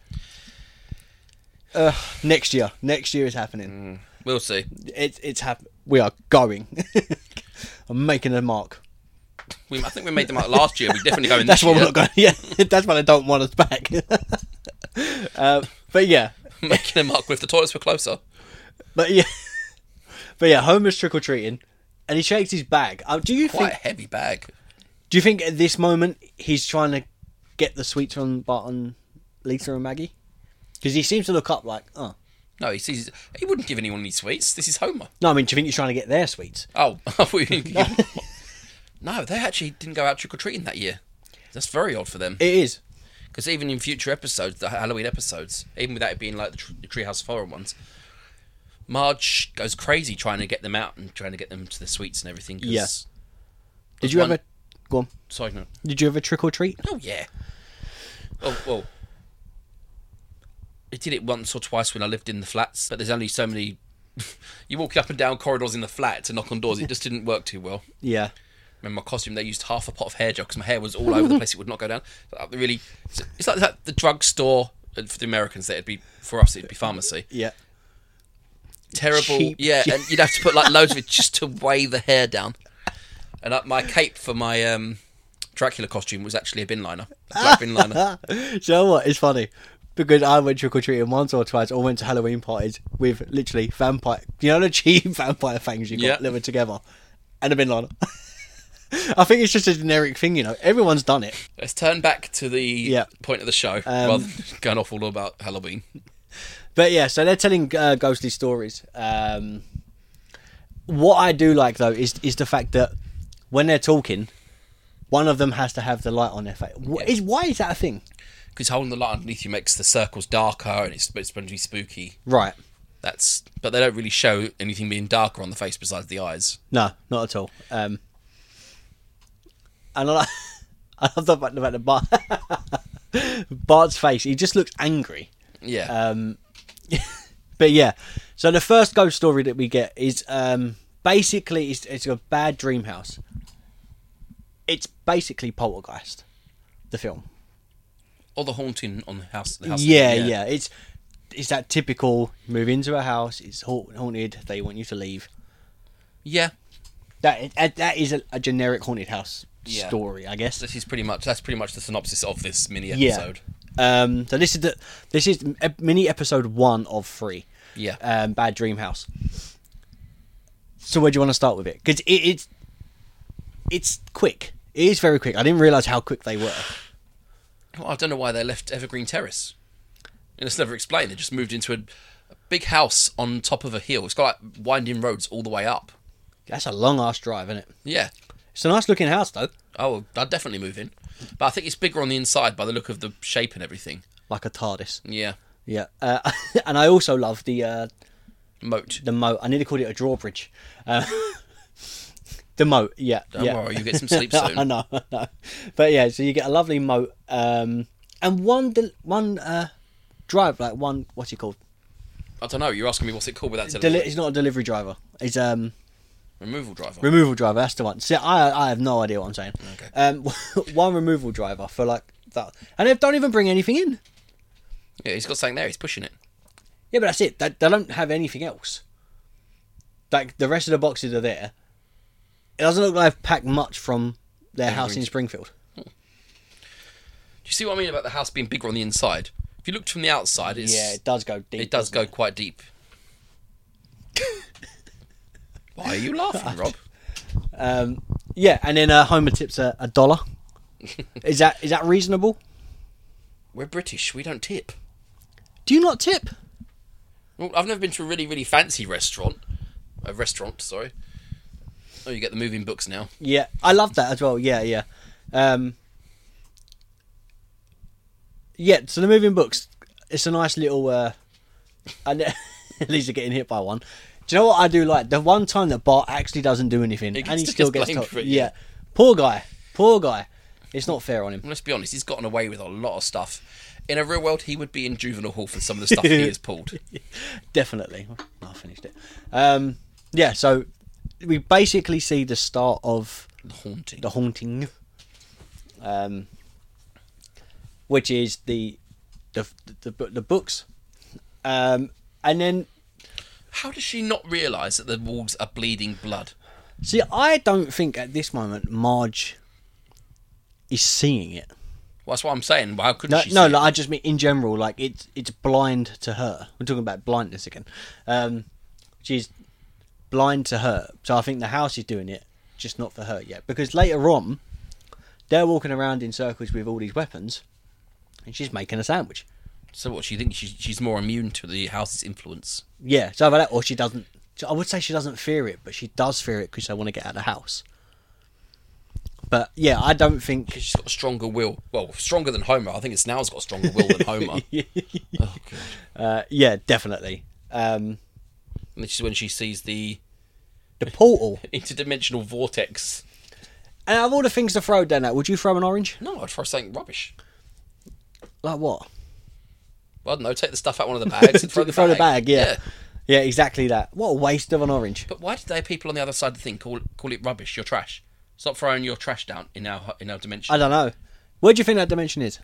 [SPEAKER 1] Uh, next year. Next year is happening.
[SPEAKER 2] We'll see.
[SPEAKER 1] It's it's happening. We are going. I'm making a mark.
[SPEAKER 2] We, I think we made them out last year. We definitely go in
[SPEAKER 1] That's
[SPEAKER 2] this
[SPEAKER 1] why
[SPEAKER 2] year.
[SPEAKER 1] we're not going. Yeah, that's why they don't want us back. uh, but yeah,
[SPEAKER 2] Making a mark with the toilets were closer.
[SPEAKER 1] but yeah, but yeah. Homer's trick or treating, and he shakes his bag. Uh, do you
[SPEAKER 2] Quite
[SPEAKER 1] think
[SPEAKER 2] a heavy bag.
[SPEAKER 1] Do you think at this moment he's trying to get the sweets from Bart and Lisa and Maggie? Because he seems to look up like, oh.
[SPEAKER 2] No, he sees. He wouldn't give anyone any sweets. This is Homer.
[SPEAKER 1] No, I mean, do you think he's trying to get their sweets?
[SPEAKER 2] Oh, we, no, they actually didn't go out trick or treating that year. That's very odd for them.
[SPEAKER 1] It is.
[SPEAKER 2] Because even in future episodes, the Halloween episodes, even without it being like the, tr- the Treehouse of Horror ones, Marge goes crazy trying to get them out and trying to get them to the sweets and everything. 'cause-
[SPEAKER 1] Yeah. Did
[SPEAKER 2] There's
[SPEAKER 1] you
[SPEAKER 2] one-
[SPEAKER 1] ever go on?
[SPEAKER 2] Sorry, no.
[SPEAKER 1] Did you ever trick or treat?
[SPEAKER 2] Oh yeah. Oh well. I did it once or twice when I lived in the flats, but there's only so many. you walk up and down corridors in the flat to knock on doors. It just didn't work too well.
[SPEAKER 1] Yeah.
[SPEAKER 2] in my costume, they used half a pot of hair gel because my hair was all over the place. It would not go down. Like, Really, it's- it's like, it's like the drugstore and for the Americans. That it'd be for us. It'd be pharmacy.
[SPEAKER 1] Yeah.
[SPEAKER 2] Terrible.
[SPEAKER 1] Cheap-
[SPEAKER 2] yeah, and you'd have to put like loads of it just to weigh the hair down. And uh, my cape for my um, Dracula costume was actually a bin liner, a black bin liner.
[SPEAKER 1] Do you know what? It's funny because I went trick or treating once or twice, or went to Halloween parties with literally vampire. You know the cheap vampire fangs you got
[SPEAKER 2] Yeah.
[SPEAKER 1] delivered together, and a bin liner. I think it's just a generic thing, you know. Everyone's done it.
[SPEAKER 2] Let's turn back to the point of the show rather than going off all about Halloween.
[SPEAKER 1] But yeah, so they're telling uh, ghostly stories. Um, what I do like though is is the fact that when they're talking, one of them has to have the light on their face. Wh-
[SPEAKER 2] Yeah.
[SPEAKER 1] Is why is that a thing?
[SPEAKER 2] Because holding the light underneath you makes the circles darker and it's, it's meant to be spooky.
[SPEAKER 1] Right.
[SPEAKER 2] That's but they don't really show anything being darker on the face besides the eyes.
[SPEAKER 1] No, not at all. Um, and I, like, I love the fact about the Bart. Bart's face. He just looks angry.
[SPEAKER 2] Yeah,
[SPEAKER 1] Um, but yeah, so the first ghost story that we get is um, basically it's, it's a bad dream house. It's basically Poltergeist, the film.
[SPEAKER 2] or the haunting on the house. The house
[SPEAKER 1] yeah, yeah, It's it's that typical move into a house. It's hau- haunted. They want you to leave.
[SPEAKER 2] yeah.
[SPEAKER 1] That that- that is a, a generic haunted house
[SPEAKER 2] Yeah.
[SPEAKER 1] story, I guess.
[SPEAKER 2] This is pretty much that's pretty much the synopsis of this mini
[SPEAKER 1] Yeah.
[SPEAKER 2] episode.
[SPEAKER 1] Um, so this is the this is ep- mini episode one of three.
[SPEAKER 2] Yeah,
[SPEAKER 1] um, Bad Dream House. So where do you want to start with it? Because it, it's it's quick. It is very quick. I didn't realize how quick they were.
[SPEAKER 2] Well, I don't know why they left Evergreen Terrace. And it's never explained. They just moved into a, a big house on top of a hill. It's got like winding roads all the way up.
[SPEAKER 1] That's a long ass drive, isn't it?
[SPEAKER 2] Yeah.
[SPEAKER 1] It's a nice looking house though,
[SPEAKER 2] Oh, I'd definitely move in. But I think it's bigger on the inside by the look of the shape and everything.
[SPEAKER 1] like a TARDIS.
[SPEAKER 2] Yeah.
[SPEAKER 1] Yeah, uh, and I also love the uh,
[SPEAKER 2] Moat.
[SPEAKER 1] the moat. I nearly called it a drawbridge. Uh, the moat. Yeah.
[SPEAKER 2] Don't
[SPEAKER 1] yeah.
[SPEAKER 2] worry, you get some sleep
[SPEAKER 1] I
[SPEAKER 2] soon.
[SPEAKER 1] know, I know. But yeah, so you get a lovely moat, um, and one del- one uh, drive, like one what's it called?
[SPEAKER 2] I don't know. You're asking me what's it called without telling
[SPEAKER 1] Deli-
[SPEAKER 2] me.
[SPEAKER 1] it's not a delivery driver. It's um
[SPEAKER 2] Removal driver.
[SPEAKER 1] removal driver. That's the one. See, I I have no idea what I'm saying.
[SPEAKER 2] Okay.
[SPEAKER 1] Um, one removal driver for like that, and they don't even bring anything in.
[SPEAKER 2] yeah, he's got something there. He's pushing it.
[SPEAKER 1] Yeah, but that's it. They, they don't have anything else. Like the rest of the boxes are there. It doesn't look like they've packed much from their house in
[SPEAKER 2] Everything's-
[SPEAKER 1] Springfield.
[SPEAKER 2] Do you see what I mean about the house being bigger on the inside? If you looked from the outside, it's,
[SPEAKER 1] Yeah,
[SPEAKER 2] it,
[SPEAKER 1] it does go deep.
[SPEAKER 2] does go
[SPEAKER 1] doesn't
[SPEAKER 2] quite deep. Why are you laughing, Rob?
[SPEAKER 1] it? Um, yeah, and then uh, Homer tips a, a dollar. is that is that reasonable?
[SPEAKER 2] We're British. We don't tip.
[SPEAKER 1] Do you not tip?
[SPEAKER 2] Well, I've never been to a really, really fancy restaurant. A restaurant, sorry. Oh, you get the moving books now.
[SPEAKER 1] Yeah, I love that as well. Yeah, yeah. Um, yeah, so the moving books, it's a nice little. Uh, and at least you're getting hit by one. Do you know what I do like? The one time that Bart actually doesn't do anything
[SPEAKER 2] He
[SPEAKER 1] and
[SPEAKER 2] gets
[SPEAKER 1] he
[SPEAKER 2] to
[SPEAKER 1] still
[SPEAKER 2] get
[SPEAKER 1] gets
[SPEAKER 2] blamed
[SPEAKER 1] top.
[SPEAKER 2] for it,
[SPEAKER 1] yeah.
[SPEAKER 2] yeah.
[SPEAKER 1] Poor guy. Poor guy. It's not fair on him.
[SPEAKER 2] Well, let's be honest, he's gotten away with a lot of stuff. In a real world, he would be in juvenile hall for some of the stuff he has pulled.
[SPEAKER 1] Definitely. Oh, I finished it. Um, yeah, so we basically see the start of
[SPEAKER 2] The haunting.
[SPEAKER 1] the haunting, um, which is the the the, the, the books, um, and then
[SPEAKER 2] How does she not realise that the walls are bleeding blood?
[SPEAKER 1] see, I don't think at this moment Marge is seeing it.
[SPEAKER 2] Well, that's what I'm saying. Well, how couldn't
[SPEAKER 1] No,
[SPEAKER 2] she?
[SPEAKER 1] no,
[SPEAKER 2] see it?
[SPEAKER 1] like, I just mean in general, like it's it's blind to her. We're talking about blindness again. Um, she's blind to her, so I think the house is doing it, just not for her yet. Because later on, they're walking around in circles with all these weapons, and she's making a sandwich.
[SPEAKER 2] So what? She thinks she's, she's more immune to the house's influence.
[SPEAKER 1] Yeah, so either that or she doesn't. so I would say she doesn't fear it, but she does fear it because they want to get out of the house. But yeah, I don't think.
[SPEAKER 2] She's got a stronger will. Well, stronger than Homer. I think it's now's got a stronger will than Homer. oh god.
[SPEAKER 1] Uh, yeah, definitely. Um,
[SPEAKER 2] And this is when she sees the
[SPEAKER 1] the portal.
[SPEAKER 2] interdimensional vortex.
[SPEAKER 1] And out of all the things to throw down at, would you throw an orange?
[SPEAKER 2] No, I'd throw something rubbish.
[SPEAKER 1] Like what?
[SPEAKER 2] Well, I don't know. Take the stuff out one of the bags and throw, the,
[SPEAKER 1] throw
[SPEAKER 2] bag.
[SPEAKER 1] the bag, yeah. yeah. exactly that. What a waste of an orange.
[SPEAKER 2] But why did they people on the other side of the thing call call it rubbish? Your trash. Stop throwing your trash down in our in our dimension.
[SPEAKER 1] I
[SPEAKER 2] I,
[SPEAKER 1] don't know. Where do you think that dimension is?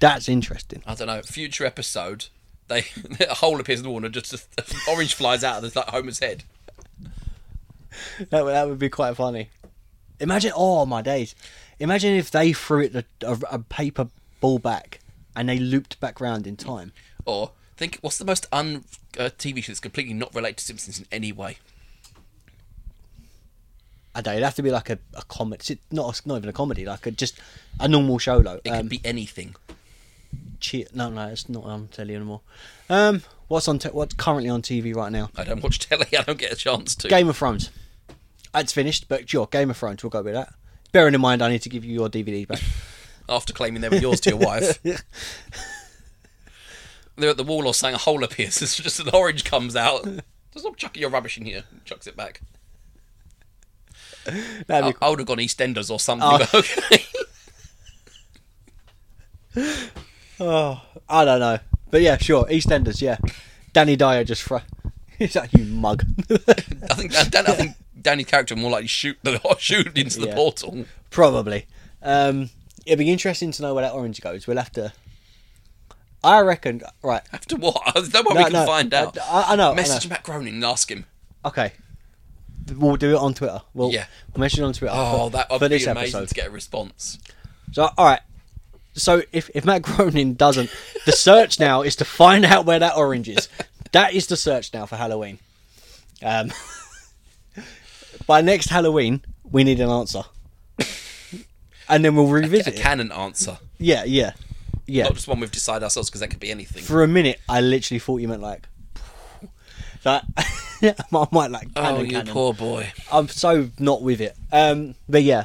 [SPEAKER 1] That's interesting.
[SPEAKER 2] don't know. Future episode, they a hole appears in the wall and just orange flies out of this, like Homer's head.
[SPEAKER 1] That would, that would be quite funny. Imagine, oh my days! Imagine if they threw it a, a, a paper ball back and they looped back round in time.
[SPEAKER 2] Or think what's the most un uh, TV show that's completely not related to Simpsons in any way?
[SPEAKER 1] I don't. It'd have to be like a, a comedy, not not even a comedy, like a, just a normal show though.
[SPEAKER 2] It
[SPEAKER 1] Um,
[SPEAKER 2] could be anything.
[SPEAKER 1] che- no, no, it's not on telly anymore. Um, what's on? Te- what's currently on TV right now?
[SPEAKER 2] I don't watch telly. I don't get a chance to.
[SPEAKER 1] Game of Thrones. It's finished, but sure, Game of Thrones. We'll go with that. Bearing in mind, I need to give you your DVD back.
[SPEAKER 2] After claiming they were yours to your wife. They're at the wall or saying a hole appears. It's just an orange comes out. Just stop chucking your rubbish in here. Chucks it back.
[SPEAKER 1] That'd
[SPEAKER 2] I,
[SPEAKER 1] be
[SPEAKER 2] I would have gone EastEnders or something.
[SPEAKER 1] Oh.
[SPEAKER 2] but okay.
[SPEAKER 1] Oh, I don't know. But yeah, sure. EastEnders, yeah. Danny Dyer just fr- He's like, you mug.
[SPEAKER 2] I think Dan, Dan, I think Danny's character more likely shoot the shoot into the
[SPEAKER 1] Yeah.
[SPEAKER 2] portal.
[SPEAKER 1] Probably. Um, it'd be interesting to know where that orange goes. We'll have to. I reckon. Right.
[SPEAKER 2] After what? There's no
[SPEAKER 1] No,
[SPEAKER 2] way we can
[SPEAKER 1] no,
[SPEAKER 2] find
[SPEAKER 1] I-
[SPEAKER 2] out.
[SPEAKER 1] I- I know, I
[SPEAKER 2] Message Matt Groening and ask him.
[SPEAKER 1] Okay. We'll do it on Twitter. We'll,
[SPEAKER 2] Yeah.
[SPEAKER 1] we'll mention it on Twitter.
[SPEAKER 2] Oh,
[SPEAKER 1] for-
[SPEAKER 2] that would
[SPEAKER 1] for
[SPEAKER 2] be
[SPEAKER 1] this
[SPEAKER 2] amazing
[SPEAKER 1] episode.
[SPEAKER 2] to get a response.
[SPEAKER 1] So, all right. So if, if Matt Groening doesn't, the search now is to find out where that orange is. That is the search now for Halloween. Um, by next Halloween, we need an answer, and then we'll
[SPEAKER 2] Get a
[SPEAKER 1] revisit. it.
[SPEAKER 2] canon answer,
[SPEAKER 1] Yeah, yeah, yeah.
[SPEAKER 2] not just one we've decided ourselves because that could be anything.
[SPEAKER 1] For a minute, I literally thought you meant like. That I might like.
[SPEAKER 2] oh,
[SPEAKER 1] cannon,
[SPEAKER 2] you
[SPEAKER 1] cannon.
[SPEAKER 2] poor boy.
[SPEAKER 1] I'm so not with it. Um, but yeah,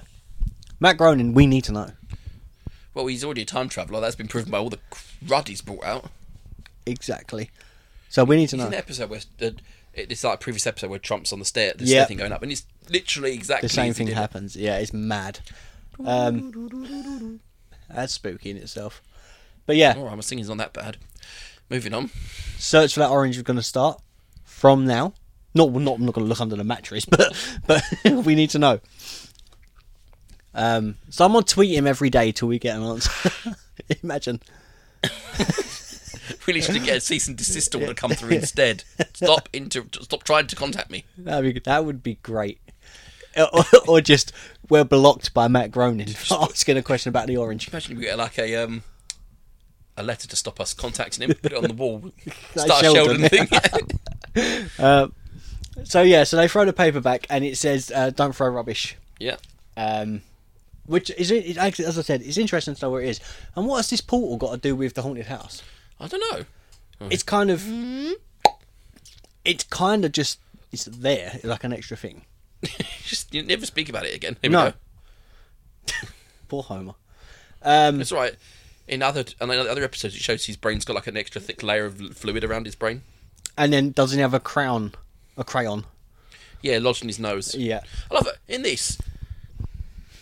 [SPEAKER 1] Matt Groening, we need to know.
[SPEAKER 2] Well, he's already a time traveller. That's been proven by all the crud he's brought out.
[SPEAKER 1] Exactly. So we need to
[SPEAKER 2] It's
[SPEAKER 1] know.
[SPEAKER 2] an episode where uh, it's like a previous episode where Trump's on the stair, the
[SPEAKER 1] Yeah.
[SPEAKER 2] stair thing going up, and it's literally exactly
[SPEAKER 1] the same
[SPEAKER 2] as he
[SPEAKER 1] thing
[SPEAKER 2] did it.
[SPEAKER 1] happens. Yeah, it's mad. Um, that's spooky in itself. But yeah,
[SPEAKER 2] All right, my singing's not that bad. Moving on.
[SPEAKER 1] search for that orange is going to start from now. Not, we're not, I'm not going to look under the mattress, but but we need to know. Um, so I'm gonna tweet him every day till we get an answer. Imagine.
[SPEAKER 2] We need to get a cease and desist order come through instead. Stop inter- stop trying to contact me.
[SPEAKER 1] That'd be that would be great. or, or just we're blocked by Matt Groening for asking a question about the orange.
[SPEAKER 2] Imagine we get like a um a letter to stop us contacting him, put it on the wall,
[SPEAKER 1] Like
[SPEAKER 2] start a
[SPEAKER 1] Sheldon.
[SPEAKER 2] Sheldon thing.
[SPEAKER 1] So yeah, so they throw the paper back and it says, uh, "Don't throw rubbish."
[SPEAKER 2] yeah.
[SPEAKER 1] Um, which is it? it- Actually, as I said, it's interesting to know where it is. And what has this portal got to do with the haunted house?
[SPEAKER 2] I don't know.
[SPEAKER 1] It's kind of, it's kind of just it's there like an extra thing.
[SPEAKER 2] Just you never speak about it again. Here we
[SPEAKER 1] No,
[SPEAKER 2] go.
[SPEAKER 1] poor Homer. Um,
[SPEAKER 2] It's all right. In other and in other episodes, it shows his brain's got like an extra thick layer of fluid around his brain.
[SPEAKER 1] and then doesn't he have a crown, a crayon?
[SPEAKER 2] Yeah, lodged in his nose.
[SPEAKER 1] Yeah.
[SPEAKER 2] I love it. In this,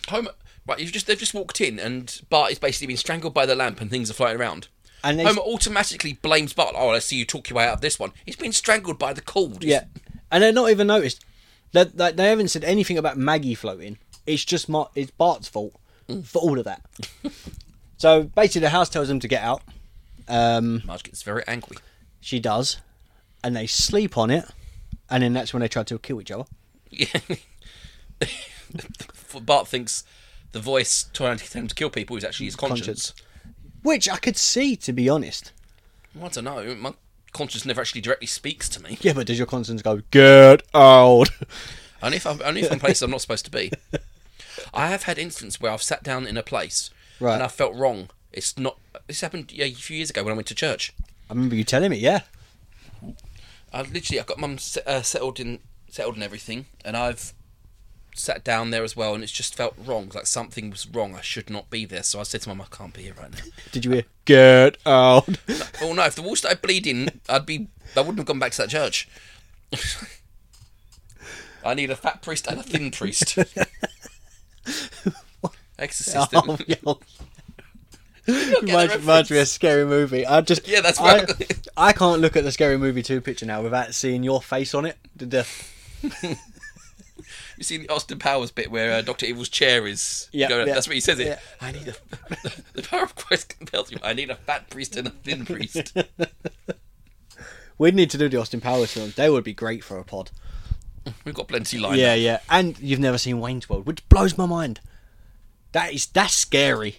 [SPEAKER 2] Homer, right? You've just they've just walked in, and Bart is basically being strangled by the lamp, and things are flying around.
[SPEAKER 1] And they-
[SPEAKER 2] Homer automatically blames Bart. Oh, I see you talk your way out of this one. He's been strangled by the cold.
[SPEAKER 1] Yeah, and they're not even noticed. That that they haven't said anything about Maggie floating. It's just Mar- it's Bart's fault
[SPEAKER 2] Hmm.
[SPEAKER 1] for all of that. so basically, the house tells them to get out. Um,
[SPEAKER 2] Marge gets very angry.
[SPEAKER 1] she does, and they sleep on it, and then that's when they try to kill each other.
[SPEAKER 2] Yeah. Bart thinks the voice trying to get him to kill people is actually his conscience.
[SPEAKER 1] Conscience. Which I could see, to be honest.
[SPEAKER 2] Well, I don't know. My conscience never actually directly speaks to me.
[SPEAKER 1] Yeah, but does your conscience go get out?
[SPEAKER 2] Only if I'm only if I'm places I'm not supposed to be. I have had instances where I've sat down in a place
[SPEAKER 1] Right.
[SPEAKER 2] and I felt wrong. It's not. This happened yeah, a few years ago when I went to church.
[SPEAKER 1] I remember you telling me, yeah.
[SPEAKER 2] I literally I got mum se- uh, settled in settled and everything, and I've sat down there as well, and it's just felt wrong. Like something was wrong. I should not be there. So I said to mum, I can't be here right now.
[SPEAKER 1] Did you hear get out?
[SPEAKER 2] Well, Oh, no, if the wall started bleeding, I'd be. I wouldn't have gone back to that church. I need a fat priest and a thin priest. Exorcist.
[SPEAKER 1] Oh,
[SPEAKER 2] them.
[SPEAKER 1] yeah.
[SPEAKER 2] Look at the
[SPEAKER 1] reminds, reminds me of a
[SPEAKER 2] reference.
[SPEAKER 1] scary movie. I just
[SPEAKER 2] Yeah, that's
[SPEAKER 1] I,
[SPEAKER 2] right.
[SPEAKER 1] I can't look at the scary movie two picture now without seeing your face on it. The- the-
[SPEAKER 2] You see the Austin Powers bit where uh, Doctor Evil's chair is.
[SPEAKER 1] Yeah,
[SPEAKER 2] going-
[SPEAKER 1] yeah,
[SPEAKER 2] that's what he says. It.
[SPEAKER 1] yeah.
[SPEAKER 2] I need a. the power of Christ compels you. I need a fat priest and a thin priest.
[SPEAKER 1] we need to do the Austin Powers films. They would be great for a pod.
[SPEAKER 2] We've got plenty lined
[SPEAKER 1] yeah,
[SPEAKER 2] up.
[SPEAKER 1] yeah. And you've never seen Wayne's World, which blows my mind. That is that's scary.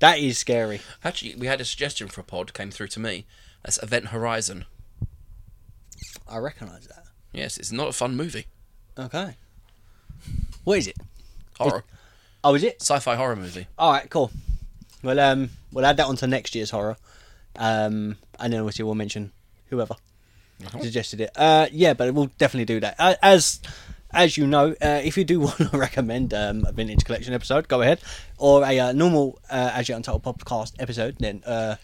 [SPEAKER 1] That is scary.
[SPEAKER 2] Actually, we had a suggestion for a pod came through to me. That's Event Horizon.
[SPEAKER 1] I recognise that.
[SPEAKER 2] Yes, it's not a fun movie.
[SPEAKER 1] Okay. What is it?
[SPEAKER 2] Horror,
[SPEAKER 1] Oh, is it?
[SPEAKER 2] sci-fi horror movie.
[SPEAKER 1] All right, cool. Well, um, we'll add that on to next year's horror, um, and then obviously we'll mention whoever
[SPEAKER 2] Uh-huh.
[SPEAKER 1] suggested it. Uh, yeah, but we'll definitely do that. Uh, as as you know, uh, if you do want to recommend um, a vintage collection episode, go ahead, or a uh, normal uh, as you untitled podcast episode, then uh,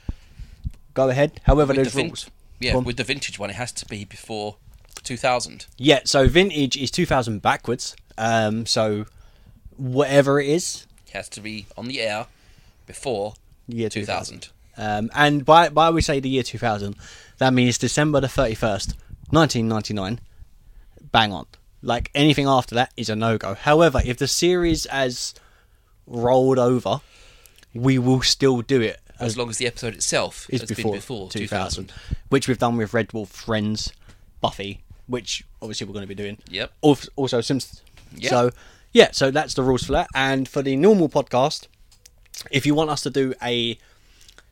[SPEAKER 1] go ahead. However,
[SPEAKER 2] With the
[SPEAKER 1] there's
[SPEAKER 2] vin-
[SPEAKER 1] rules.
[SPEAKER 2] Yeah,
[SPEAKER 1] Go on.
[SPEAKER 2] with the vintage one, it has to be before 2000.
[SPEAKER 1] Yeah, so vintage is 2000 backwards. Um, so whatever it is,
[SPEAKER 2] It has to be on the air before
[SPEAKER 1] year 2000.
[SPEAKER 2] 2000.
[SPEAKER 1] Um, and by by we say the year 2000, that means December the 31st, 1999. Bang on. Like anything after that is a no go. However, if the series has rolled over, we will still do it as
[SPEAKER 2] As long as the episode itself
[SPEAKER 1] is
[SPEAKER 2] has
[SPEAKER 1] Uh, before,
[SPEAKER 2] been before
[SPEAKER 1] 2000,
[SPEAKER 2] 2000.
[SPEAKER 1] which we've done with Red Dwarf Friends, Buffy, which obviously we're going to be doing.
[SPEAKER 2] Yep.
[SPEAKER 1] Alf- Also Simpsons.
[SPEAKER 2] Yeah.
[SPEAKER 1] So yeah, so that's the rules for that. And for the normal podcast, if you want us to do a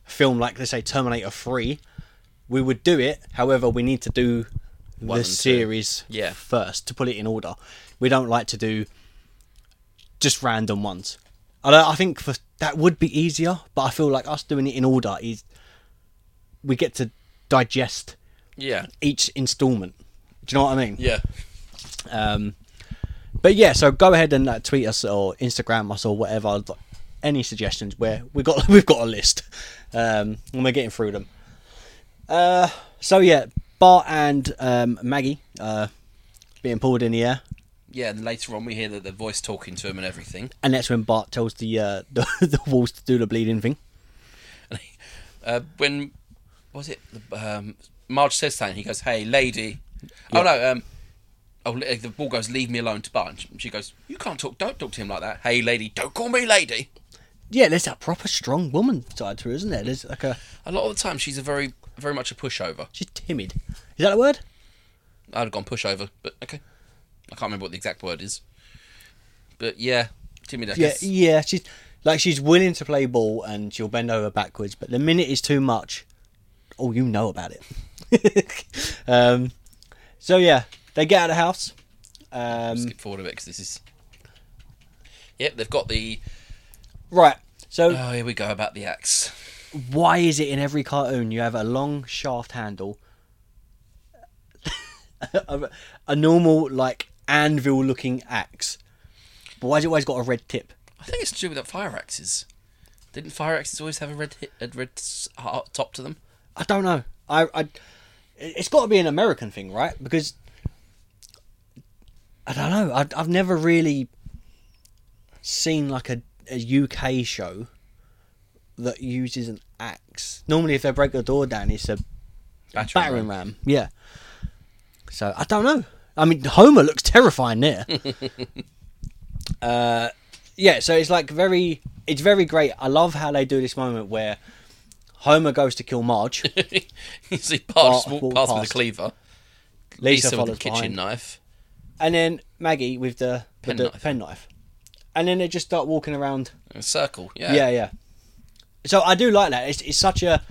[SPEAKER 1] film like let's say Terminator Three, we would do it. However, we need to do
[SPEAKER 2] One
[SPEAKER 1] the
[SPEAKER 2] and two.
[SPEAKER 1] series
[SPEAKER 2] Yeah.
[SPEAKER 1] first to put it in order. We don't like to do just random ones. I, don't, I think for that would be easier, but I feel like us doing it in order is we get to digest
[SPEAKER 2] Yeah.
[SPEAKER 1] each installment. Do you know what I mean?
[SPEAKER 2] Yeah.
[SPEAKER 1] Um, but yeah, so go ahead and uh, tweet us or Instagram us or whatever. th- Any suggestions? Where we got we've got a list, um, and we're getting through them. Uh, so yeah, Bart and um, Maggie uh, being pulled in the air,
[SPEAKER 2] Yeah, and later on we hear that the voice talking to him and everything.
[SPEAKER 1] and that's when Bart tells the uh, the, the walls to do the bleeding thing.
[SPEAKER 2] And he- uh, when was it? Um, Marge says something. He goes, "Hey, lady." Oh no. Um, oh, li- the ball goes, "Leave me alone," to Bart. And she- she goes, "You can't talk. Don't talk to him like that." Hey, lady. Don't call me lady.
[SPEAKER 1] Yeah, there's that proper strong woman side to her, isn't there? There's like a
[SPEAKER 2] A lot of the time, she's a very, very much a pushover.
[SPEAKER 1] she's timid. Is that the word?
[SPEAKER 2] I'd have gone pushover, but okay. I can't remember what the exact word is. But yeah, timid. I
[SPEAKER 1] Yeah,
[SPEAKER 2] guess.
[SPEAKER 1] yeah. She's like she's willing to play ball and she'll bend over backwards, but the minute is too much. Oh, you know about it. um, so yeah, they get out of the house. Um,
[SPEAKER 2] Skip forward a bit because this is. Yep, they've got the.
[SPEAKER 1] right. So
[SPEAKER 2] Oh, here we go about the axe.
[SPEAKER 1] why is it in every cartoon you have a long shaft handle, a, a normal like anvil-looking axe, but why's it always got a red tip?
[SPEAKER 2] I think it's to do with that fire axes. Didn't fire axes always have a red hit, a red s- uh, top to them?
[SPEAKER 1] I don't know. I, I it- it's got to be an American thing, right? Because I don't know. I, I've never really seen like a, a UK show that uses an axe. Normally, if they break the door down, it's a
[SPEAKER 2] Battering,
[SPEAKER 1] battering
[SPEAKER 2] ram.
[SPEAKER 1] ram. Yeah. So I don't know. I mean, Homer looks terrifying there. uh, yeah. So it's like very. It's very great. I love how they do this moment where Homer goes to kill Marge.
[SPEAKER 2] you see, Bart
[SPEAKER 1] Bart
[SPEAKER 2] just walked
[SPEAKER 1] walked
[SPEAKER 2] past, with
[SPEAKER 1] past.
[SPEAKER 2] a cleaver.
[SPEAKER 1] Lisa,
[SPEAKER 2] Lisa, with a
[SPEAKER 1] follows
[SPEAKER 2] kitchen
[SPEAKER 1] behind,
[SPEAKER 2] knife.
[SPEAKER 1] and then Maggie with the with the
[SPEAKER 2] Penknife.
[SPEAKER 1] penknife, and then they just start walking around.
[SPEAKER 2] A circle. Yeah.
[SPEAKER 1] Yeah, yeah. So I do like that. It's it's such a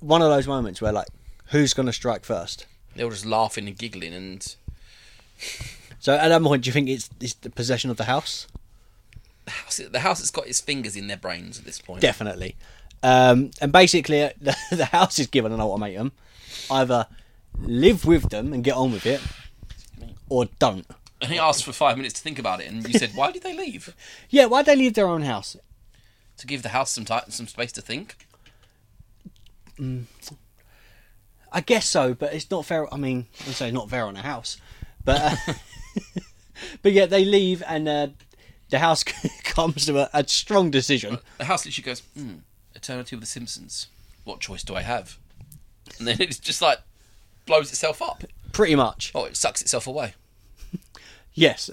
[SPEAKER 1] one of those moments where like who's gonna strike first.
[SPEAKER 2] They were just laughing and giggling, and
[SPEAKER 1] So at that point, do you think it's it's the possession of the house?
[SPEAKER 2] the house, the house has got its fingers in their brains at this point.
[SPEAKER 1] Definitely. Um, and basically, uh, the, the house is given an ultimatum: either live with them and get on with it, or don't.
[SPEAKER 2] And he asked for five minutes to think about it, and you said, "Why did they leave?
[SPEAKER 1] Yeah, why'd they leave their own house?
[SPEAKER 2] To give the house some time, some space to think."
[SPEAKER 1] I guess so, but it's not fair. I mean, I'm saying not fair on a house, but uh, but yet they leave and uh, the house comes to a, a strong decision.
[SPEAKER 2] The house literally goes, hmm, Eternity of the Simpsons. What choice do I have? And then it's just like blows itself up.
[SPEAKER 1] Pretty much,
[SPEAKER 2] Oh, it sucks itself away.
[SPEAKER 1] yes.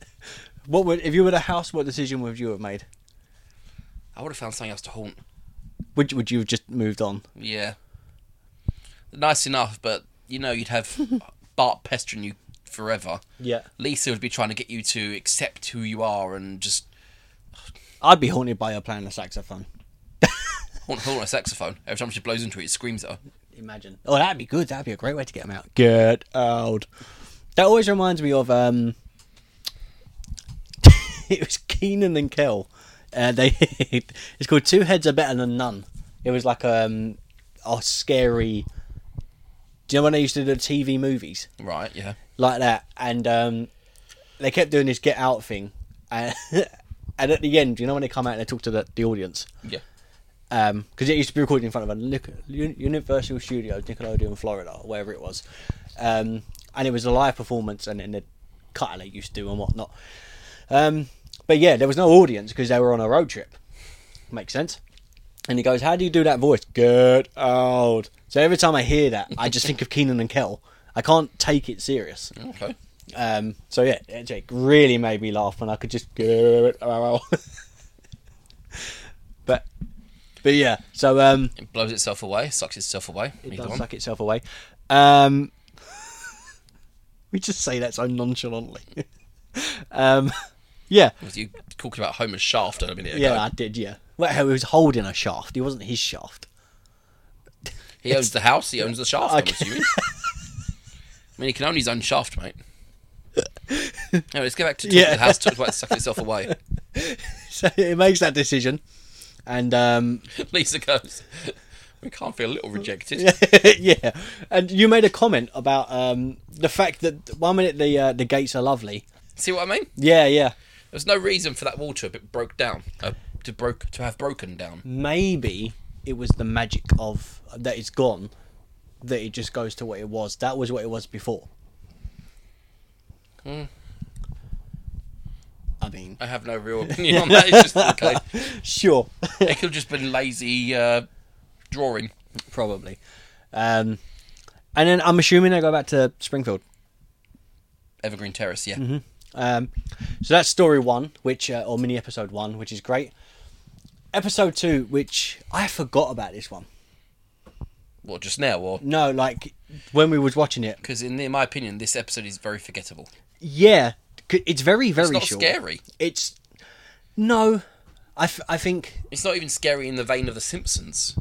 [SPEAKER 1] what would if you were the house? What decision would you have made?
[SPEAKER 2] I would have found something else to haunt.
[SPEAKER 1] Would would you have just moved on?
[SPEAKER 2] Yeah. Nice enough, but you know you'd have Bart pestering you forever,
[SPEAKER 1] Yeah.
[SPEAKER 2] Lisa would be trying to get you to accept who you are and just
[SPEAKER 1] I'd be haunted by her playing the saxophone.
[SPEAKER 2] haunt, haunt a saxophone. Every time she blows into it, it screams at her.
[SPEAKER 1] Imagine. Oh, that'd be good. That'd be a great way to get them out. Get out. That always reminds me of um. it was Keenan and Kel. Uh, they. it's called Two Heads Are Better Than None. It was like um, a scary. Do you know when they used to do the TV movies?
[SPEAKER 2] Right, yeah.
[SPEAKER 1] like that, and um, they kept doing this get out thing, and, and at the end, you know when they come out and they talk to the, the audience,
[SPEAKER 2] Yeah.
[SPEAKER 1] because Um, it used to be recorded in front of a Nic- Un- Universal Studios, Nickelodeon, Florida, or wherever it was, um, and it was a live performance, and then the cut they used to do and whatnot. Um, but yeah, there was no audience because they were on a road trip. Makes sense. And he goes, "How do you do that voice? Get out." So every time I hear that, I just think of Keenan and Kel. I can't take it serious.
[SPEAKER 2] Okay.
[SPEAKER 1] Um, so yeah, it it really made me laugh when I could just go. but but yeah, so um,
[SPEAKER 2] It blows itself away, sucks itself away.
[SPEAKER 1] it
[SPEAKER 2] Either
[SPEAKER 1] does
[SPEAKER 2] one.
[SPEAKER 1] suck itself away. Um, we just say that so nonchalantly. um, yeah,
[SPEAKER 2] You talked about Homer's shaft a minute ago.
[SPEAKER 1] yeah, I did. Yeah, well, he was holding a shaft. He wasn't his shaft.
[SPEAKER 2] He owns the house, he owns the shaft, I'm
[SPEAKER 1] Okay.
[SPEAKER 2] assuming. I mean, he can own his own shaft, mate. Anyway, let's go back to talk
[SPEAKER 1] Yeah.
[SPEAKER 2] the house, talk about sucking itself away.
[SPEAKER 1] So it makes that decision, and um,
[SPEAKER 2] Lisa goes, we can't feel a little rejected.
[SPEAKER 1] yeah, and you made a comment about um, the fact that one minute the uh, the gates are lovely.
[SPEAKER 2] See what I mean?
[SPEAKER 1] Yeah, yeah.
[SPEAKER 2] There's no reason for that wall to have broke down, uh, to broke to have broken down.
[SPEAKER 1] maybe it was the magic of that it's gone that it just goes to what it was that was what it was before
[SPEAKER 2] Hmm.
[SPEAKER 1] i mean
[SPEAKER 2] I have no real opinion on that. It's just okay.
[SPEAKER 1] sure
[SPEAKER 2] It could have just been lazy uh, drawing.
[SPEAKER 1] probably um and then i'm assuming they go back to springfield
[SPEAKER 2] Evergreen Terrace, yeah.
[SPEAKER 1] Um, so that's story one, which uh, or mini episode one, which is great. Episode two, which I forgot about this one.
[SPEAKER 2] Well, just now, or
[SPEAKER 1] No, like when we was watching it,
[SPEAKER 2] because in, in my opinion, this episode is very forgettable.
[SPEAKER 1] yeah, c- it's very very
[SPEAKER 2] It's not
[SPEAKER 1] short.
[SPEAKER 2] scary.
[SPEAKER 1] It's no, I, f- I think
[SPEAKER 2] It's not even scary in the vein of The Simpsons.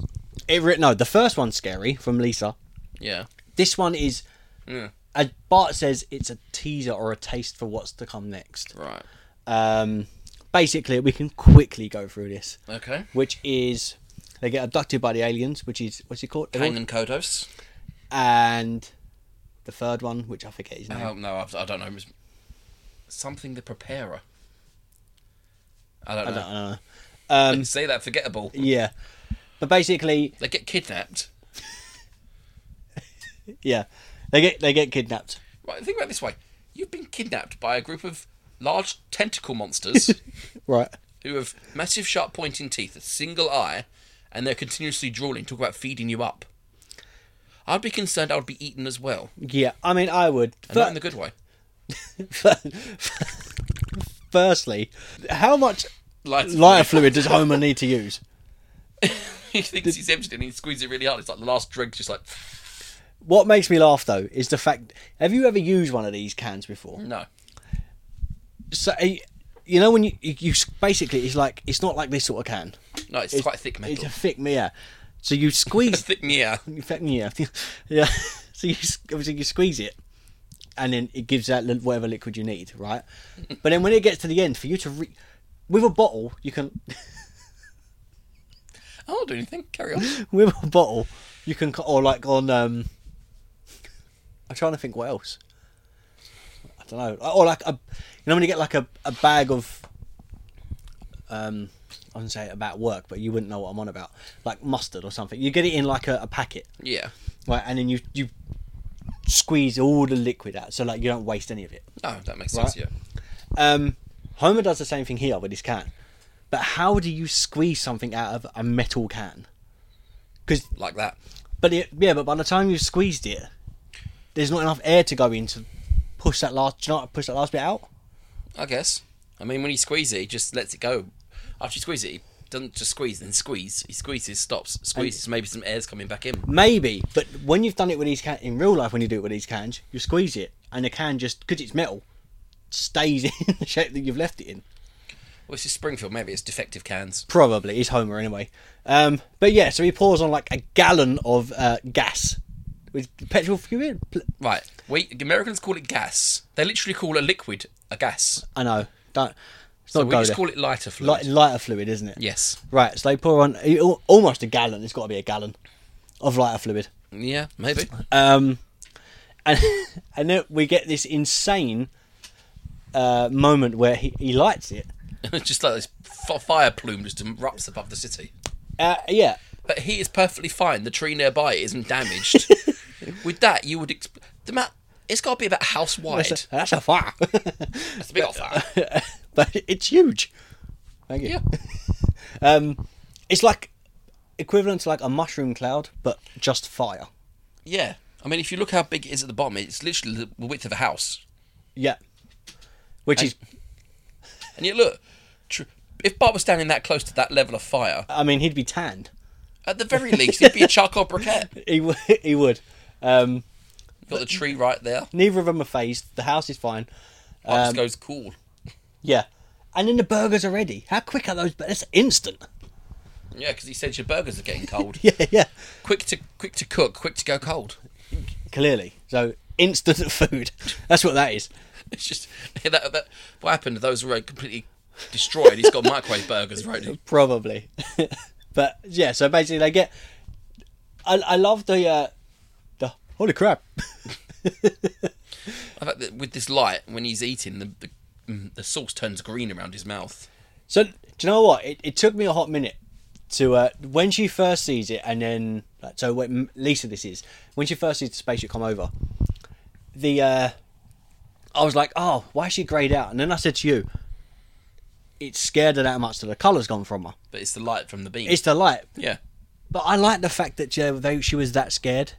[SPEAKER 1] it. Re- no, the first one's scary from Lisa.
[SPEAKER 2] Yeah.
[SPEAKER 1] This one is,
[SPEAKER 2] Yeah.
[SPEAKER 1] as Bart says, it's a teaser or a taste for what's to come next.
[SPEAKER 2] Right.
[SPEAKER 1] Um, basically, we can quickly go through this,
[SPEAKER 2] Okay.
[SPEAKER 1] which is they get abducted by the aliens, which is what's it called?
[SPEAKER 2] Kane and Kodos.
[SPEAKER 1] And the third one, which I forget his name.
[SPEAKER 2] Oh no, I've, I don't know. It was something the Preparer. I don't
[SPEAKER 1] I
[SPEAKER 2] know.
[SPEAKER 1] don't know. Um,
[SPEAKER 2] Say that forgettable.
[SPEAKER 1] yeah, but basically,
[SPEAKER 2] They get kidnapped.
[SPEAKER 1] yeah, they get they get kidnapped.
[SPEAKER 2] Right. Think about it this way: you've been kidnapped by a group of large tentacle monsters
[SPEAKER 1] Right.
[SPEAKER 2] who have massive, sharp, pointing teeth, a single eye, and they're continuously drooling. Talk about feeding you up. I'd be concerned. I would be eaten as well,
[SPEAKER 1] Yeah, I mean, I would.
[SPEAKER 2] and not in the good way.
[SPEAKER 1] Firstly, how much
[SPEAKER 2] Like
[SPEAKER 1] lighter fluid does Homer need to use?
[SPEAKER 2] he thinks he's emptied and he squeezes it really hard. It's like the last drink, just like
[SPEAKER 1] What makes me laugh though is the fact. Have you ever used one of these cans before?
[SPEAKER 2] no.
[SPEAKER 1] So eh, you know when you you, you s- basically it's like it's not like this sort of can.
[SPEAKER 2] No, it's, quite thick
[SPEAKER 1] It's
[SPEAKER 2] metal.
[SPEAKER 1] a thick mirror. So you
[SPEAKER 2] It's
[SPEAKER 1] squeeze.
[SPEAKER 2] thick mirror.
[SPEAKER 1] thick mirror. yeah. So you s- obviously you squeeze it, and then it gives out li- whatever liquid you need, right? But then when it gets to the end, for you to re- with a bottle, you can
[SPEAKER 2] I won't do anything. Carry on.
[SPEAKER 1] with a bottle, you can cut or like on. um I'm trying to think what else. I don't know. Or like a, you know, when you get like a, a bag of, um, I wouldn't say about work, but you wouldn't know what I'm on about, like mustard or something. You get it in like a, a packet,
[SPEAKER 2] Yeah.
[SPEAKER 1] right? And then you you squeeze all the liquid out, so like you don't waste any of it.
[SPEAKER 2] No, that makes
[SPEAKER 1] Right.
[SPEAKER 2] sense. Yeah.
[SPEAKER 1] Um, Homer does the same thing here with his can, but how do you squeeze something out of a metal can? Because
[SPEAKER 2] Like that.
[SPEAKER 1] But it, yeah, but by the time you've squeezed it, there's not enough air to go in to push that last. Do you know, how to push that last bit out.
[SPEAKER 2] I guess. I mean, when you squeeze it, he just lets it go. After you squeeze it, he doesn't just squeeze then squeeze. He squeezes, stops, squeezes. maybe some air's coming back in.
[SPEAKER 1] Maybe, but when you've done it with these cans in real life, when you do it with these cans, you squeeze it and the can just because it's metal stays in the shape that you've left it in.
[SPEAKER 2] Well, this is Springfield. Maybe it's defective cans.
[SPEAKER 1] Probably he's Homer anyway. Um, but yeah, so he pours on like a gallon of uh, gas with petrol fuel. Pl-
[SPEAKER 2] Right. We Americans call it gas. They literally call a liquid a gas.
[SPEAKER 1] I know. Don't. It's
[SPEAKER 2] So
[SPEAKER 1] not
[SPEAKER 2] we
[SPEAKER 1] go
[SPEAKER 2] just
[SPEAKER 1] there.
[SPEAKER 2] call it lighter fluid.
[SPEAKER 1] Light, lighter fluid, isn't it?
[SPEAKER 2] yes.
[SPEAKER 1] Right. So they pour on al- almost a gallon. It's got to be a gallon of lighter fluid.
[SPEAKER 2] Yeah, maybe.
[SPEAKER 1] Um, and and then we get this insane uh, moment where he, he lights it.
[SPEAKER 2] just like this f- fire plume just erupts above the city.
[SPEAKER 1] Uh, yeah,
[SPEAKER 2] But he is perfectly fine. The tree nearby isn't damaged. With that, you would exp- the map. It's got to be about house wide.
[SPEAKER 1] that's a, that's a fire,
[SPEAKER 2] That's a big old fire.
[SPEAKER 1] but it's huge. Thank you.
[SPEAKER 2] Yeah.
[SPEAKER 1] Um, it's like equivalent to like a mushroom cloud, but just fire.
[SPEAKER 2] Yeah. I mean, if you look how big it is at the bottom, it's literally the width of a house.
[SPEAKER 1] Yeah, which is
[SPEAKER 2] And yet, look, tr- if Bart was standing that close to that level of fire,
[SPEAKER 1] I mean he'd be tanned.
[SPEAKER 2] at the very least, he'd be a charcoal briquette.
[SPEAKER 1] He w- he would. Um,
[SPEAKER 2] Got the tree right there.
[SPEAKER 1] neither of them are phased. The house is fine.
[SPEAKER 2] Bart
[SPEAKER 1] Um,
[SPEAKER 2] just goes cool.
[SPEAKER 1] Yeah, and then the burgers are ready. How quick are those? But that's instant.
[SPEAKER 2] Yeah, because he said your burgers are getting cold.
[SPEAKER 1] Yeah, yeah.
[SPEAKER 2] Quick to quick to cook, quick to go cold.
[SPEAKER 1] clearly. So instant food. That's what that is.
[SPEAKER 2] It's just that, that what happened. Those were completely destroyed. He's got microwave burgers, right?
[SPEAKER 1] Probably. but yeah, so basically they get I I love the uh the holy crap.
[SPEAKER 2] I fact that with this light, when he's eating, the, the mm, the sauce turns green around his mouth.
[SPEAKER 1] So do you know what? It, it took me a hot minute to uh when she first sees it and then like, so when Lisa this is when she first sees the spaceship come over the uh I was like, "Oh, why is she grayed out?" And then I said to you, "It's scared her that much that the colour's gone from her.
[SPEAKER 2] But it's the light from the beam.
[SPEAKER 1] It's the light.
[SPEAKER 2] yeah,
[SPEAKER 1] But I like the fact that she, they, she was that scared,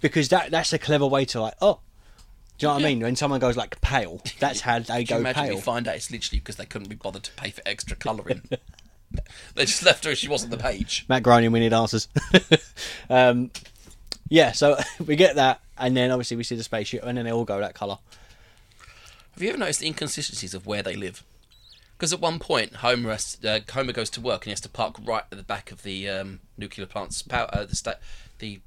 [SPEAKER 1] because that that's a clever way to like, oh, do you know what I mean? When someone goes like pale, that's how they
[SPEAKER 2] Can you
[SPEAKER 1] go
[SPEAKER 2] imagine if
[SPEAKER 1] pale.
[SPEAKER 2] you find out it's literally because they couldn't be bothered to pay for extra colouring. they just left her as she was on the page.
[SPEAKER 1] Matt Groening, we need answers. um, yeah, so we get that, and then obviously we see the spaceship, and then they all go that color.
[SPEAKER 2] Have you ever noticed the inconsistencies of where they live? Because at one point, Homer has, uh, Homer goes to work and he has to park right at the back of the um, nuclear plant's power, uh, the, sta- the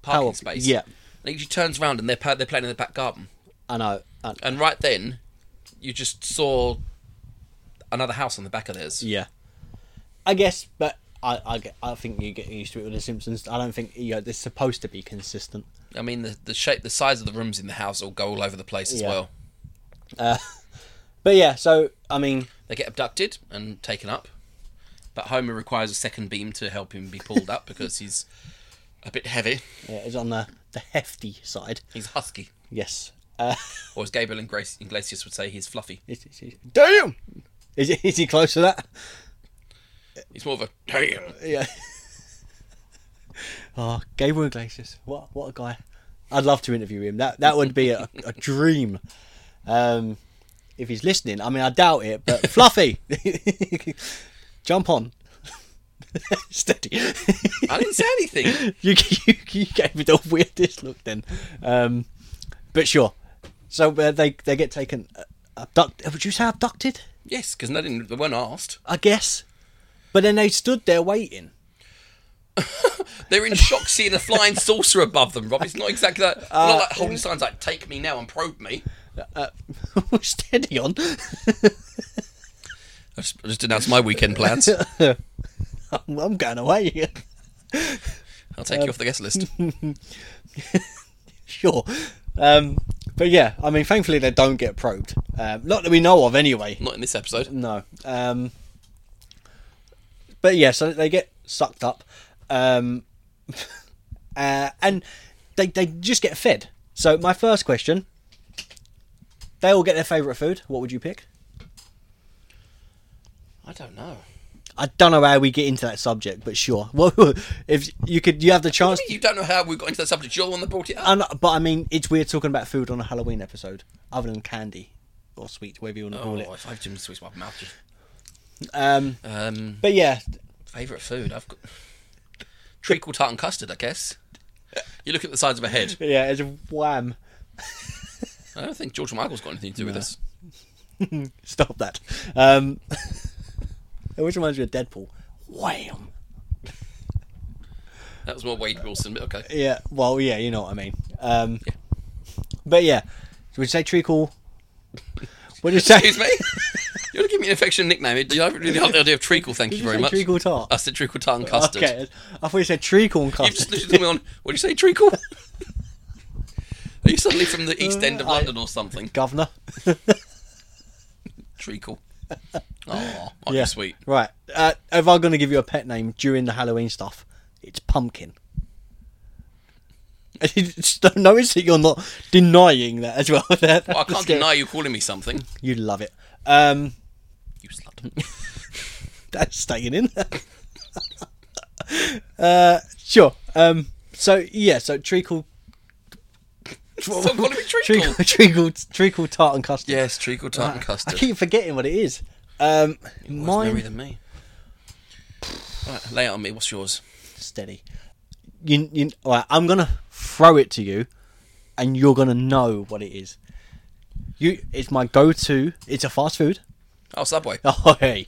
[SPEAKER 2] parking
[SPEAKER 1] Power-
[SPEAKER 2] space.
[SPEAKER 1] yeah.
[SPEAKER 2] and he turns around and they're pa- they're playing in the back garden.
[SPEAKER 1] I know. I,
[SPEAKER 2] And right then, you just saw another house on the back of theirs.
[SPEAKER 1] yeah, I guess, but I, I get- I think you get used to it with the Simpsons. I don't think you know, they're supposed to be consistent.
[SPEAKER 2] I mean, the the shape, the size of the rooms in the house all go all over the place as
[SPEAKER 1] Yeah.
[SPEAKER 2] well.
[SPEAKER 1] But yeah, so I mean,
[SPEAKER 2] They get abducted and taken up, but Homer requires a second beam to help him be pulled up because he's a bit heavy.
[SPEAKER 1] yeah, it's on the the hefty side.
[SPEAKER 2] He's husky.
[SPEAKER 1] Yes. Uh,
[SPEAKER 2] Or as Gabriel and Grace Iglesias would say, he's fluffy.
[SPEAKER 1] Is, is, is, damn! Is, he- is he close to that?
[SPEAKER 2] He's more of a damn.
[SPEAKER 1] Yeah. oh, Gabriel Iglesias. What what a guy. I'd love to interview him. That that would be a, a dream. Um, if he's listening, I mean, I doubt it, but Fluffy, jump on. Steady.
[SPEAKER 2] I didn't say anything.
[SPEAKER 1] you, you, you gave me the weirdest look then. Um, but sure. So uh, they they get taken, uh, abducted. Would you say abducted?
[SPEAKER 2] Yes, because they didn't. They weren't asked.
[SPEAKER 1] I guess. But then they stood there waiting.
[SPEAKER 2] They're in shock seeing a flying saucer above them. Rob, it's not exactly that. not like holding signs like "Take me now and probe me."
[SPEAKER 1] Steady Uh, on.
[SPEAKER 2] I just, I just announced my weekend plans.
[SPEAKER 1] I'm, I'm going away.
[SPEAKER 2] I'll take you off the guest list.
[SPEAKER 1] sure. Um, but yeah, I mean, thankfully they don't get probed. Um, not that we know of, anyway.
[SPEAKER 2] Not in this episode.
[SPEAKER 1] No. Um, but yeah, so they get sucked up. Um, uh, and they, they just get fed. So, my first question they all get their favourite food. What would you pick?
[SPEAKER 2] I don't know.
[SPEAKER 1] I don't know how we get into that subject, but sure. Well, if you could, you have the chance.
[SPEAKER 2] You don't know how we got into that subject. You're the one that brought it up.
[SPEAKER 1] And, but I mean, it's weird talking about food on a Halloween episode, other than candy or sweet, whatever you want to
[SPEAKER 2] Oh,
[SPEAKER 1] call it.
[SPEAKER 2] if I've Jim Swiss, my mouth. just-
[SPEAKER 1] Um,
[SPEAKER 2] Um,
[SPEAKER 1] but yeah,
[SPEAKER 2] favorite food? I've got treacle tart and custard. I guess. You look at the sides of a head.
[SPEAKER 1] yeah, it's a wham.
[SPEAKER 2] I don't think George Michael's got anything to do with
[SPEAKER 1] No.
[SPEAKER 2] this.
[SPEAKER 1] Stop that. Um, which reminds me of Deadpool. Wham.
[SPEAKER 2] That was more Wade Wilson, but okay.
[SPEAKER 1] Yeah. Well, yeah. You know what I mean. Um,
[SPEAKER 2] Yeah.
[SPEAKER 1] But yeah, would you say treacle? What did you say?
[SPEAKER 2] Excuse me? you want to give me an affectionate nickname? Do you have really like the idea of treacle? Thank
[SPEAKER 1] Did
[SPEAKER 2] you
[SPEAKER 1] you
[SPEAKER 2] very
[SPEAKER 1] say
[SPEAKER 2] much.
[SPEAKER 1] treacle tart?
[SPEAKER 2] I said treacle tart and custard.
[SPEAKER 1] Okay, I thought you said treacle and
[SPEAKER 2] You've just
[SPEAKER 1] custard.
[SPEAKER 2] looked at me on, what do you say, treacle? Are you suddenly from the east end of
[SPEAKER 1] Uh, I-
[SPEAKER 2] London or something?
[SPEAKER 1] Governor.
[SPEAKER 2] Treacle. Oh, might
[SPEAKER 1] yeah.
[SPEAKER 2] be sweet.
[SPEAKER 1] Right. Uh, if I'm going to give you a pet name during the Halloween stuff, it's pumpkin. Just Notice that you're not denying that as well. That-
[SPEAKER 2] Well, I
[SPEAKER 1] that's
[SPEAKER 2] can't
[SPEAKER 1] good.
[SPEAKER 2] deny you calling me something.
[SPEAKER 1] You love it. Um,
[SPEAKER 2] You slut.
[SPEAKER 1] that's staying in. uh, sure. Um, so yeah. So treacle,
[SPEAKER 2] Stop calling me treacle.
[SPEAKER 1] treacle, treacle, treacle tart and custard.
[SPEAKER 2] Yes, treacle tart and
[SPEAKER 1] I
[SPEAKER 2] custard.
[SPEAKER 1] keep forgetting what it is. Um,
[SPEAKER 2] More
[SPEAKER 1] mine
[SPEAKER 2] merry than me. Right, lay it on me. What's yours?
[SPEAKER 1] steady. You, you, all right, I'm gonna throw it to you, and you're gonna know what it is. You, it's my go-to. It's a fast food.
[SPEAKER 2] Oh, Subway.
[SPEAKER 1] Oh hey,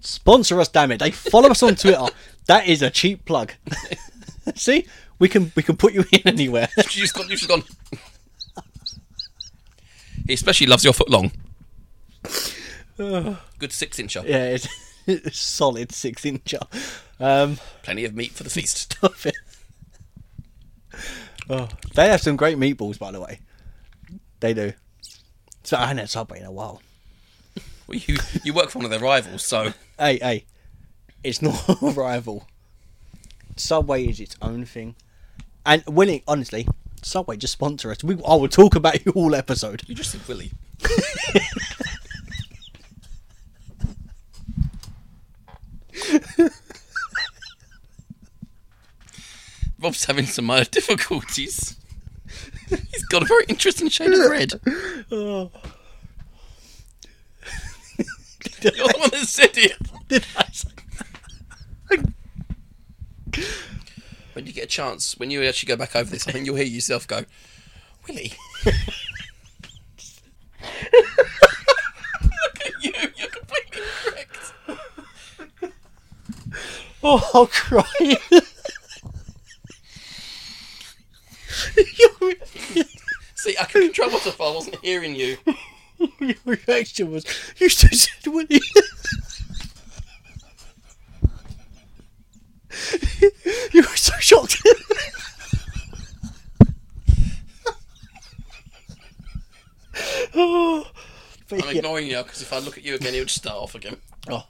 [SPEAKER 1] sponsor us, damn it! They follow us on Twitter. That is a cheap plug. See, we can we can put you in anywhere.
[SPEAKER 2] She's gone. She's gone. he especially loves your foot long. Good six incher.
[SPEAKER 1] yeah, it's, it's solid six inch. Um,
[SPEAKER 2] Plenty of meat for the feast.
[SPEAKER 1] love it. Oh, they have some great meatballs, by the way. They do. So I haven't had Subway in a while.
[SPEAKER 2] Well, you you work for one of their rivals, so
[SPEAKER 1] hey, hey, it's not a rival. Subway is its own thing, and willing, honestly, Subway just sponsor us. We, I will talk about you all episode.
[SPEAKER 2] you just said Willy. Rob's having some minor difficulties. He's got a very interesting shade of red.
[SPEAKER 1] Oh,
[SPEAKER 2] You're the one that said it.
[SPEAKER 1] did I? Say?
[SPEAKER 2] When you get a chance, when you actually go back over this, I think you'll hear yourself go, Willie. Look at you, you're completely correct.
[SPEAKER 1] Oh, I'll cry. your,
[SPEAKER 2] See, I could control myself, I wasn't hearing you.
[SPEAKER 1] your reaction was you just said Willie. you were so shocked. oh, but
[SPEAKER 2] I'm
[SPEAKER 1] yeah.
[SPEAKER 2] ignoring you now because if I look at you again, you'll just start off again.
[SPEAKER 1] Oh,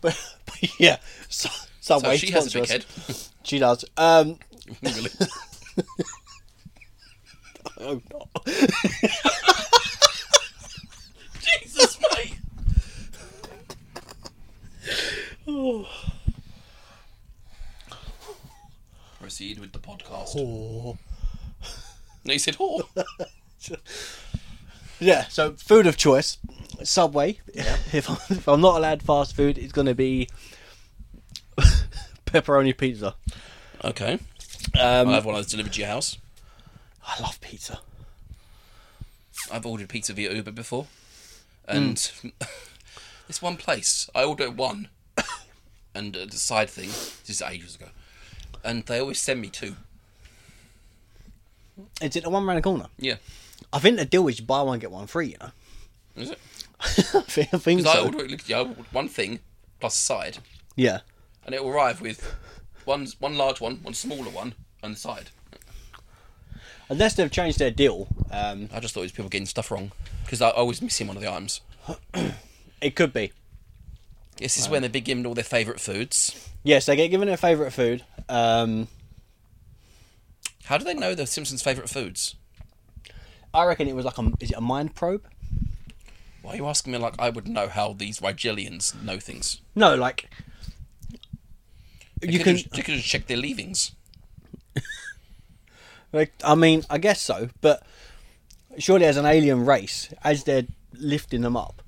[SPEAKER 1] but, but yeah, so, some
[SPEAKER 2] So
[SPEAKER 1] way
[SPEAKER 2] she has a
[SPEAKER 1] sponsor
[SPEAKER 2] big
[SPEAKER 1] us.
[SPEAKER 2] head.
[SPEAKER 1] She does. Um,
[SPEAKER 2] Willie.
[SPEAKER 1] oh, no.
[SPEAKER 2] Jesus, mate. Proceed with the podcast.
[SPEAKER 1] Oh.
[SPEAKER 2] No, you said whore.
[SPEAKER 1] Yeah, so food of choice, Subway. If, I'm, if I'm not allowed fast food, it's going to be pepperoni pizza.
[SPEAKER 2] Okay.
[SPEAKER 1] Um,
[SPEAKER 2] I have one of those delivered to your house.
[SPEAKER 1] I love pizza.
[SPEAKER 2] I've ordered pizza via Uber before, and
[SPEAKER 1] Hmm.
[SPEAKER 2] it's one place. I ordered one, and uh, the side thing. This is ages ago, and they always send me two.
[SPEAKER 1] Is it the one round the corner?
[SPEAKER 2] Yeah,
[SPEAKER 1] I think the deal is you buy one get one free. You know,
[SPEAKER 2] is it?
[SPEAKER 1] I think, I think
[SPEAKER 2] Because I
[SPEAKER 1] so.
[SPEAKER 2] order it literally. I ordered one thing plus a side,
[SPEAKER 1] Yeah,
[SPEAKER 2] and it will arrive with one one large one, one smaller one, and the side.
[SPEAKER 1] unless they've changed their deal, um,
[SPEAKER 2] I just thought it was people getting stuff wrong because I always missing one of the items.
[SPEAKER 1] it could be.
[SPEAKER 2] This is when they begin all their favourite foods.
[SPEAKER 1] Yes, they get given their favourite food. Um,
[SPEAKER 2] How do they know the Simpsons' favourite foods?
[SPEAKER 1] I reckon it was like a is it a mind probe?
[SPEAKER 2] Why are you asking me like I would know how these Rigelians know things?
[SPEAKER 1] No, like
[SPEAKER 2] You
[SPEAKER 1] you
[SPEAKER 2] could
[SPEAKER 1] can.
[SPEAKER 2] just, you could just check their leavings.
[SPEAKER 1] Like, I mean, I guess so, but surely as an alien race, as they're lifting them up,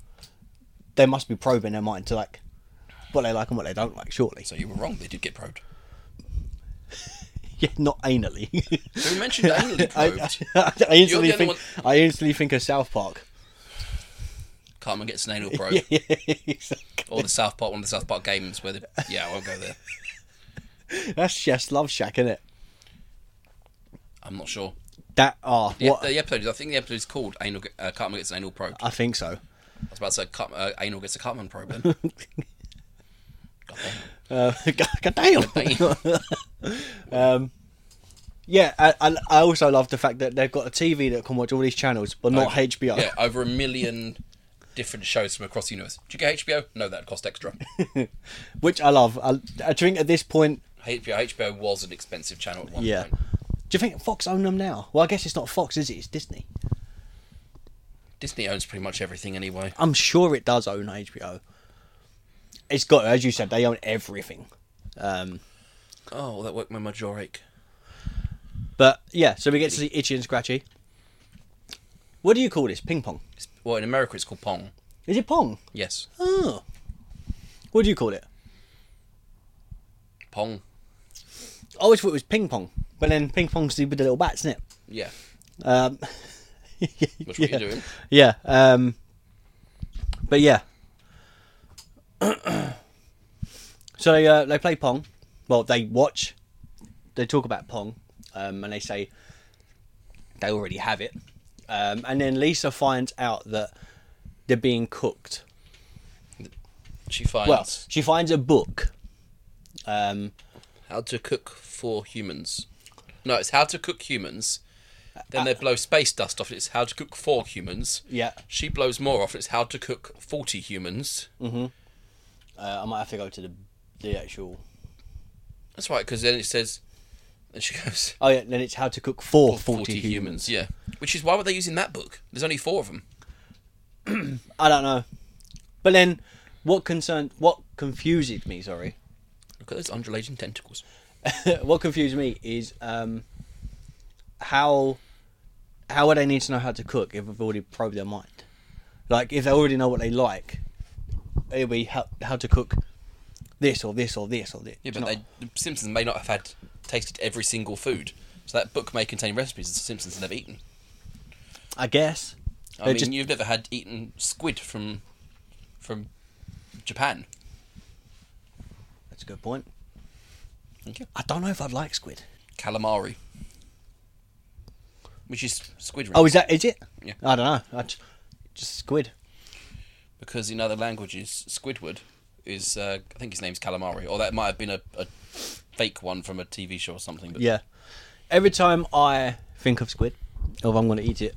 [SPEAKER 1] they must be probing their mind to like what they like and what they don't like. Surely,
[SPEAKER 2] So you were wrong. They did get probed.
[SPEAKER 1] yeah, not anally.
[SPEAKER 2] We mentioned anally
[SPEAKER 1] I,
[SPEAKER 2] probed.
[SPEAKER 1] I, I instantly
[SPEAKER 2] You're the
[SPEAKER 1] think I
[SPEAKER 2] only
[SPEAKER 1] instantly think of South Park.
[SPEAKER 2] Cartman gets an anal probe.
[SPEAKER 1] Yeah, yeah, exactly.
[SPEAKER 2] Or the South Park, one of the South Park games where, the, yeah, I won't go there.
[SPEAKER 1] That's Chef's Love Shack, isn't it?
[SPEAKER 2] I'm not sure.
[SPEAKER 1] That ah,
[SPEAKER 2] The,
[SPEAKER 1] what
[SPEAKER 2] the episode, is- I think the episode is called "Anal Ge- uh, Cartman Gets an Anal Probe."
[SPEAKER 1] I think so.
[SPEAKER 2] I was about to say Cart- uh, "Anal Gets a Cartman Probe." Then.
[SPEAKER 1] Uh, God damn.
[SPEAKER 2] Goddamn.
[SPEAKER 1] um, yeah, I, I, I also love the fact that they've got a TV that can watch all these channels, but not
[SPEAKER 2] Over-
[SPEAKER 1] HBO.
[SPEAKER 2] yeah, over a million different shows from across the universe. Do you get HBO? No, that cost extra.
[SPEAKER 1] which I love. I, I think at this point,
[SPEAKER 2] HBO, HBO was an expensive channel at one
[SPEAKER 1] yeah.
[SPEAKER 2] point.
[SPEAKER 1] Do you think Fox own them now? Well, I guess it's not Fox, is it? It's Disney.
[SPEAKER 2] Disney owns pretty much everything anyway.
[SPEAKER 1] I'm sure it does own HBO. It's got, as you said, they own everything. Um,
[SPEAKER 2] Oh, that worked my my jaw ache.
[SPEAKER 1] but yeah, so we get to see Itchy and Scratchy. What do you call this? Ping pong?
[SPEAKER 2] It's, well, in America, it's called Pong.
[SPEAKER 1] Is it pong?
[SPEAKER 2] Yes,
[SPEAKER 1] Oh. What do you call it?
[SPEAKER 2] Pong.
[SPEAKER 1] I always thought it was ping pong, but then ping pong's the with the little bats, isn't it?
[SPEAKER 2] Yeah,
[SPEAKER 1] Um,
[SPEAKER 2] which
[SPEAKER 1] yeah.
[SPEAKER 2] what you're doing.
[SPEAKER 1] Yeah. Um, but yeah. so they, uh, they play Pong. Well, they watch. They talk about Pong. Um, and they say they already have it. Um, and then Lisa finds out that they're being cooked.
[SPEAKER 2] She finds
[SPEAKER 1] Well, she finds a book. Um,
[SPEAKER 2] how to cook for humans. No, it's how to cook humans. Then they blow space dust off. It's how to cook for humans.
[SPEAKER 1] Uh, yeah.
[SPEAKER 2] She blows more off. It's how to cook forty humans.
[SPEAKER 1] Mm. Uh, I might have to go to the, the actual.
[SPEAKER 2] That's right, because then it says, and she goes
[SPEAKER 1] Oh, yeah. Then it's how to cook for 40,
[SPEAKER 2] forty,
[SPEAKER 1] humans.
[SPEAKER 2] humans. Yeah, which is why were they using that book? There's only four of them.
[SPEAKER 1] I don't know. But then, what concerned, what confuses me, sorry,
[SPEAKER 2] Look at those undulating tentacles.
[SPEAKER 1] what confused me is um, how how would they need to know how to cook if we've already probed their mind? Like, if they already know what they like, it'll be how, how to cook this or this or this or this.
[SPEAKER 2] Yeah,
[SPEAKER 1] Do you
[SPEAKER 2] but
[SPEAKER 1] know?
[SPEAKER 2] they, the Simpsons may not have had tasted every single food, so that book may contain recipes the Simpsons have never eaten.
[SPEAKER 1] I guess.
[SPEAKER 2] I
[SPEAKER 1] They
[SPEAKER 2] mean,
[SPEAKER 1] just-
[SPEAKER 2] you've never had eaten squid from from Japan.
[SPEAKER 1] That's a good point.
[SPEAKER 2] Thank you.
[SPEAKER 1] I don't know if I'd like squid.
[SPEAKER 2] Calamari, which is squid.
[SPEAKER 1] Oh, is that is it?
[SPEAKER 2] Yeah.
[SPEAKER 1] I don't know. I just, just squid.
[SPEAKER 2] because in other languages, Squidward is uh, I think his name's calamari, or that might have been a, a fake one from a TV show or something. But
[SPEAKER 1] Yeah. Every time I think of squid, or if I'm going to eat it,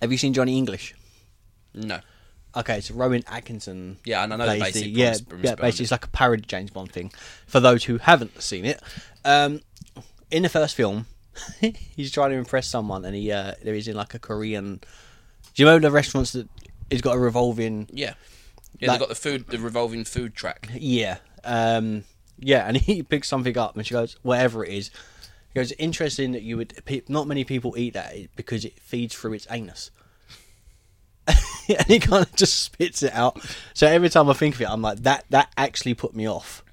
[SPEAKER 1] have you seen Johnny English?
[SPEAKER 2] no,
[SPEAKER 1] Okay, it's Rowan Atkinson.
[SPEAKER 2] Yeah, and I know the
[SPEAKER 1] plays
[SPEAKER 2] basic
[SPEAKER 1] yeah,
[SPEAKER 2] premise- premise
[SPEAKER 1] yeah.
[SPEAKER 2] behind
[SPEAKER 1] Basically,
[SPEAKER 2] it.
[SPEAKER 1] it's like a parody James Bond thing. For those who haven't seen it, um, in the first film, he's trying to impress someone, and he uh, there is in like a Korean. Do you remember the restaurants that he's got a revolving?
[SPEAKER 2] yeah, yeah.
[SPEAKER 1] Like-
[SPEAKER 2] they got the food, the revolving food track.
[SPEAKER 1] Yeah, um, yeah, and he picks something up, and she goes, "Whatever it is." He goes, "Interesting that you would. pe- Not many people eat that because it feeds through its anus." and he kind of just spits it out. So every time I think of it, I'm like, that that actually put me off.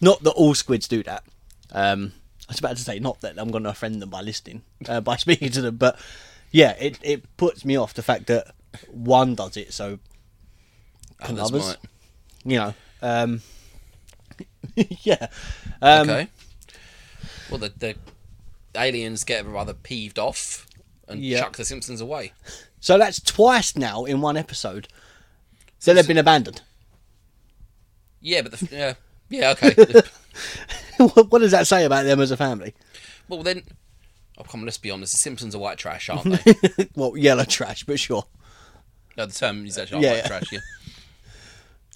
[SPEAKER 1] Not that all squids do that. Um, I was about to say not that I'm going to offend them by listening, uh, by speaking to them, but yeah, it it puts me off the fact that one does it. So can
[SPEAKER 2] Others
[SPEAKER 1] others?
[SPEAKER 2] might.
[SPEAKER 1] You know, um, yeah. Um,
[SPEAKER 2] okay. Well, the, the aliens get rather peeved off and
[SPEAKER 1] Yeah.
[SPEAKER 2] chuck the Simpsons away.
[SPEAKER 1] So that's twice now in one episode. So they've been abandoned.
[SPEAKER 2] Yeah, but the yeah, yeah, okay.
[SPEAKER 1] what what does that say about them as a family?
[SPEAKER 2] well, then, oh come on, let's be honest. The Simpsons are white trash, aren't they?
[SPEAKER 1] well, yellow trash, but sure.
[SPEAKER 2] No, the term is actually not
[SPEAKER 1] Yeah,
[SPEAKER 2] white
[SPEAKER 1] yeah.
[SPEAKER 2] trash. Yeah.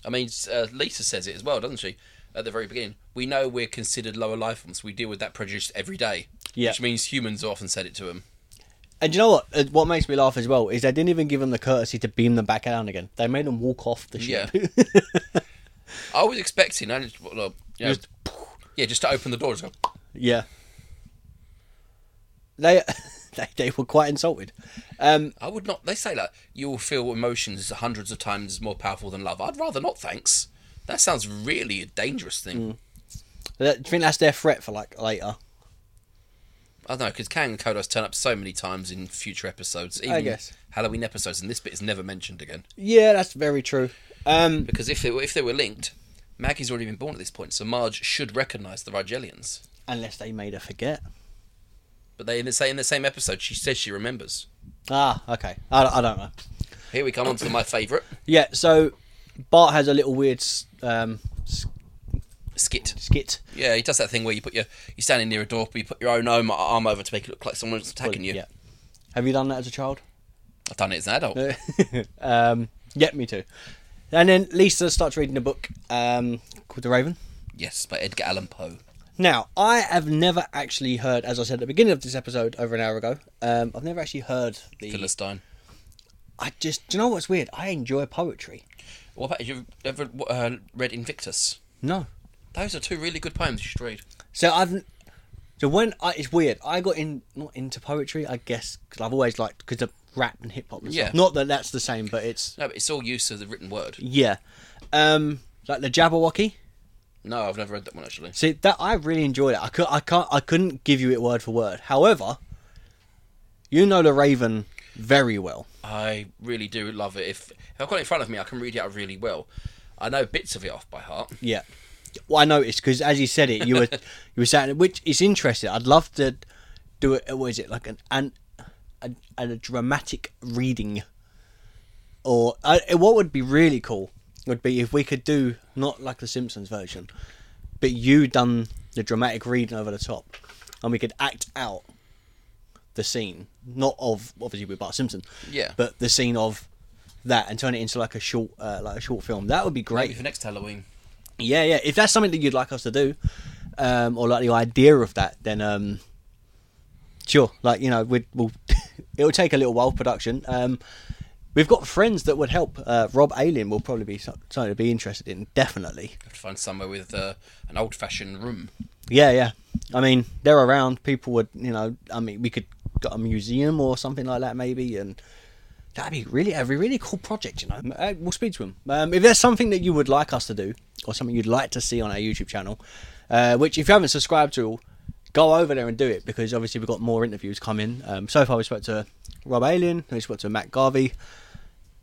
[SPEAKER 2] I mean, uh, Lisa says it as well, doesn't she? At the very beginning, we know we're considered lower life forms. We deal with that prejudice every day.
[SPEAKER 1] Yeah.
[SPEAKER 2] Which means humans often said it to them.
[SPEAKER 1] And you know what? Uh, What makes me laugh as well is they didn't even give them the courtesy to beam them back down again. They made them walk off the ship.
[SPEAKER 2] I was expecting, I just, well, you know,
[SPEAKER 1] Just-
[SPEAKER 2] yeah, just to open the door. Just go,
[SPEAKER 1] yeah. They, they they were quite insulted. Um,
[SPEAKER 2] I would not. They say that you will feel emotions hundreds of times more powerful than love. I'd rather not, thanks.
[SPEAKER 1] Mm.
[SPEAKER 2] That sounds really a dangerous thing.
[SPEAKER 1] that- do you think that's their threat for like later?
[SPEAKER 2] I don't know because Kang and Kodos turn up so many times in future episodes, even
[SPEAKER 1] guess.
[SPEAKER 2] Halloween episodes, and this bit is never mentioned again.
[SPEAKER 1] Yeah, that's very true. Um,
[SPEAKER 2] Because if they were, if they were linked, Maggie's already been born at this point, so Marge should recognise the Rigelians.
[SPEAKER 1] unless they made her forget.
[SPEAKER 2] But they in the same in the same episode, she says she remembers.
[SPEAKER 1] Ah, okay. I, I don't know.
[SPEAKER 2] Here we come on to my favourite
[SPEAKER 1] Yeah, so Bart has a little weird s- um, s-
[SPEAKER 2] skit.
[SPEAKER 1] skit.
[SPEAKER 2] Yeah, he does that thing where you put your you're standing near a door, but you put your own arm, arm over to make it look like someone's attacking you.
[SPEAKER 1] Yeah. Have you done that as a child?
[SPEAKER 2] I've done it as an adult.
[SPEAKER 1] um, yeah, me too. And then Lisa starts reading a book um, called The Raven.
[SPEAKER 2] Yes, by Edgar Allan Poe.
[SPEAKER 1] Now, I have never actually heard, as I said at the beginning of this episode over an hour ago, um, I've never actually heard the.
[SPEAKER 2] Philistine.
[SPEAKER 1] I just, do you know what's weird? I enjoy poetry.
[SPEAKER 2] What about you ever uh, read Invictus?
[SPEAKER 1] No.
[SPEAKER 2] Those are two really good poems you should read.
[SPEAKER 1] So I've, so when I, it's weird. I got in not into poetry, I guess, because I've always liked because of rap and hip hop. and
[SPEAKER 2] Yeah.
[SPEAKER 1] stuff. Not that that's the same, but it's
[SPEAKER 2] No, but it's all use of the written word.
[SPEAKER 1] yeah. Um, like the Jabberwocky.
[SPEAKER 2] No, I've never read that one actually.
[SPEAKER 1] See that I really enjoyed it. I could I can't I couldn't give you it word for word. However, you know the Raven very well.
[SPEAKER 2] I really do love it. If, if I've got it in front of me, I can read it out really well. I know bits of it off by heart.
[SPEAKER 1] Yeah. Well, I noticed because as you said it, you were you were saying which is interesting. I'd love to do it. What is it like an an a, a dramatic reading, or I, what would be really cool would be if we could do not like the Simpsons version, but you done the dramatic reading over the top, and we could act out the scene, not of obviously with Bart Simpson,
[SPEAKER 2] Yeah.
[SPEAKER 1] but the scene of that and turn it into like a short uh, like a short film. That would be great.
[SPEAKER 2] Maybe for next Halloween.
[SPEAKER 1] Yeah, yeah. If that's something that you'd like us to do, um, or like the idea of that, then um, sure. Like you know, we'd, we'll it'll take a little while production. Um, we've got friends that would help. Uh, Rob Alien will probably be so- something to be interested in. Definitely.
[SPEAKER 2] Have to find somewhere with uh, an old-fashioned room.
[SPEAKER 1] Yeah, yeah. I mean, they're around. People would, you know. I mean, we could got a museum or something like that, maybe, and that'd be really a really cool project. You know, Uh, we'll speak to them. Um, if there's something that you would like us to do, or something you'd like to see on our YouTube channel, uh, which if you haven't subscribed to, go over there and do it because obviously we've got more interviews coming. Um, so far, we spoke to Rob Alien, we spoke to Matt Garvey,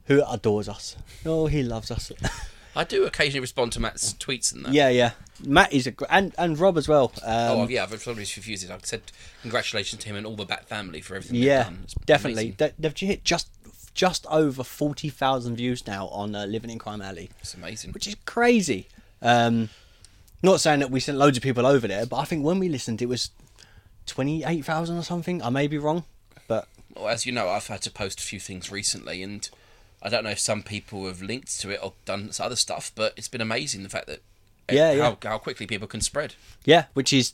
[SPEAKER 1] who adores us. Oh, he loves us.
[SPEAKER 2] I do occasionally respond to Matt's tweets and that.
[SPEAKER 1] yeah, yeah. Matt is a gr- and and Rob as well. Um,
[SPEAKER 2] oh yeah, I've probably refused it. I've said congratulations to him and all the Bat family for everything
[SPEAKER 1] Yeah,
[SPEAKER 2] they've done. It's
[SPEAKER 1] definitely.
[SPEAKER 2] amazing.
[SPEAKER 1] They, they've ju- hit just just over forty thousand views now on uh, Living in Crime Alley,
[SPEAKER 2] It's amazing.
[SPEAKER 1] which is crazy. Um, not saying that we sent loads of people over there, but I think when we listened, it was twenty eight thousand or something. I may be wrong, but
[SPEAKER 2] Well, as you know, I've had to post a few things recently, and I don't know if some people have linked to it or done some other stuff, but it's been amazing the fact that eh,
[SPEAKER 1] Yeah,
[SPEAKER 2] how, how quickly people can spread.
[SPEAKER 1] yeah, which is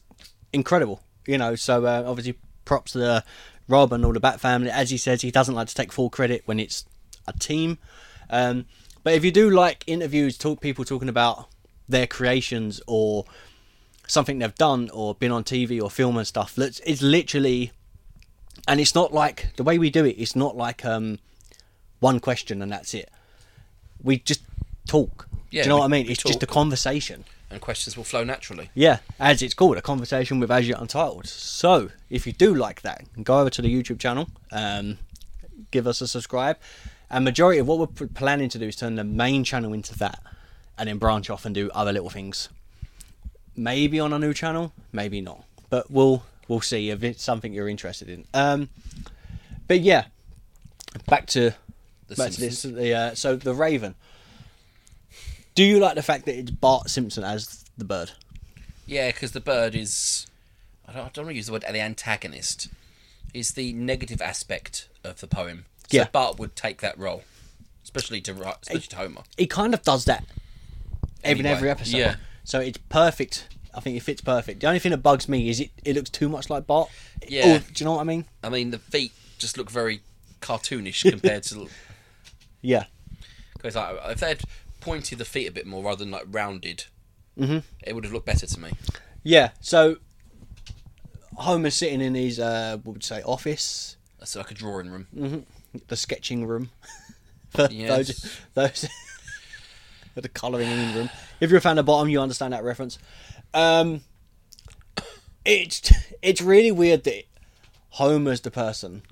[SPEAKER 1] incredible. You know, so uh, obviously props to uh, Rob and all the Bat family. As he says, he doesn't like to take full credit when it's a team. Um, but if you do like interviews, talk people talking about their creations or something they've done or been on TV or film and stuff. Let's- It's literally, and it's not like the way we do it. It's not like um, one question and that's it. We just talk.
[SPEAKER 2] Yeah,
[SPEAKER 1] do you know
[SPEAKER 2] we-
[SPEAKER 1] what I mean?
[SPEAKER 2] we
[SPEAKER 1] It's just a
[SPEAKER 2] talk.
[SPEAKER 1] conversation.
[SPEAKER 2] and questions will flow naturally.
[SPEAKER 1] Yeah, as it's called, a conversation with As Yet Untitled. So, if you do like that, go over to the YouTube channel, um, give us a subscribe. And majority of what we're p- planning to do is turn the main channel into that, and then branch off and do other little things. Maybe on a new channel, maybe not. But we'll we'll see if it's something you're interested in. Um, but yeah, back to
[SPEAKER 2] The
[SPEAKER 1] back to this.
[SPEAKER 2] Simpsons.
[SPEAKER 1] The, uh, so the Raven. Do you like the fact that it's Bart Simpson as the bird?
[SPEAKER 2] Yeah, because the bird is. I don't, I don't want to use the word the antagonist. Is the negative aspect of the poem. So
[SPEAKER 1] Yeah.
[SPEAKER 2] Bart would take that role, especially to Ro- especially to Homer.
[SPEAKER 1] he kind of does that every in
[SPEAKER 2] Anyway,
[SPEAKER 1] every episode.
[SPEAKER 2] yeah.
[SPEAKER 1] So it's perfect. I think it fits perfect. The only thing that bugs me is it, it looks too much like Bart.
[SPEAKER 2] Yeah.
[SPEAKER 1] Or- do you know what I mean?
[SPEAKER 2] I mean, the feet just look very cartoonish compared to.
[SPEAKER 1] Yeah.
[SPEAKER 2] Because like, if they'd pointed the feet a bit more rather than like rounded, it would have looked better to me.
[SPEAKER 1] Yeah. So Homer's sitting in his uh, what would you say office,
[SPEAKER 2] That's like a drawing room.
[SPEAKER 1] the sketching room. For
[SPEAKER 2] Yes.
[SPEAKER 1] Those, those the colouring in room. If you're a fan of Bottom, you understand that reference. Um, it's it's really weird that Homer's the person.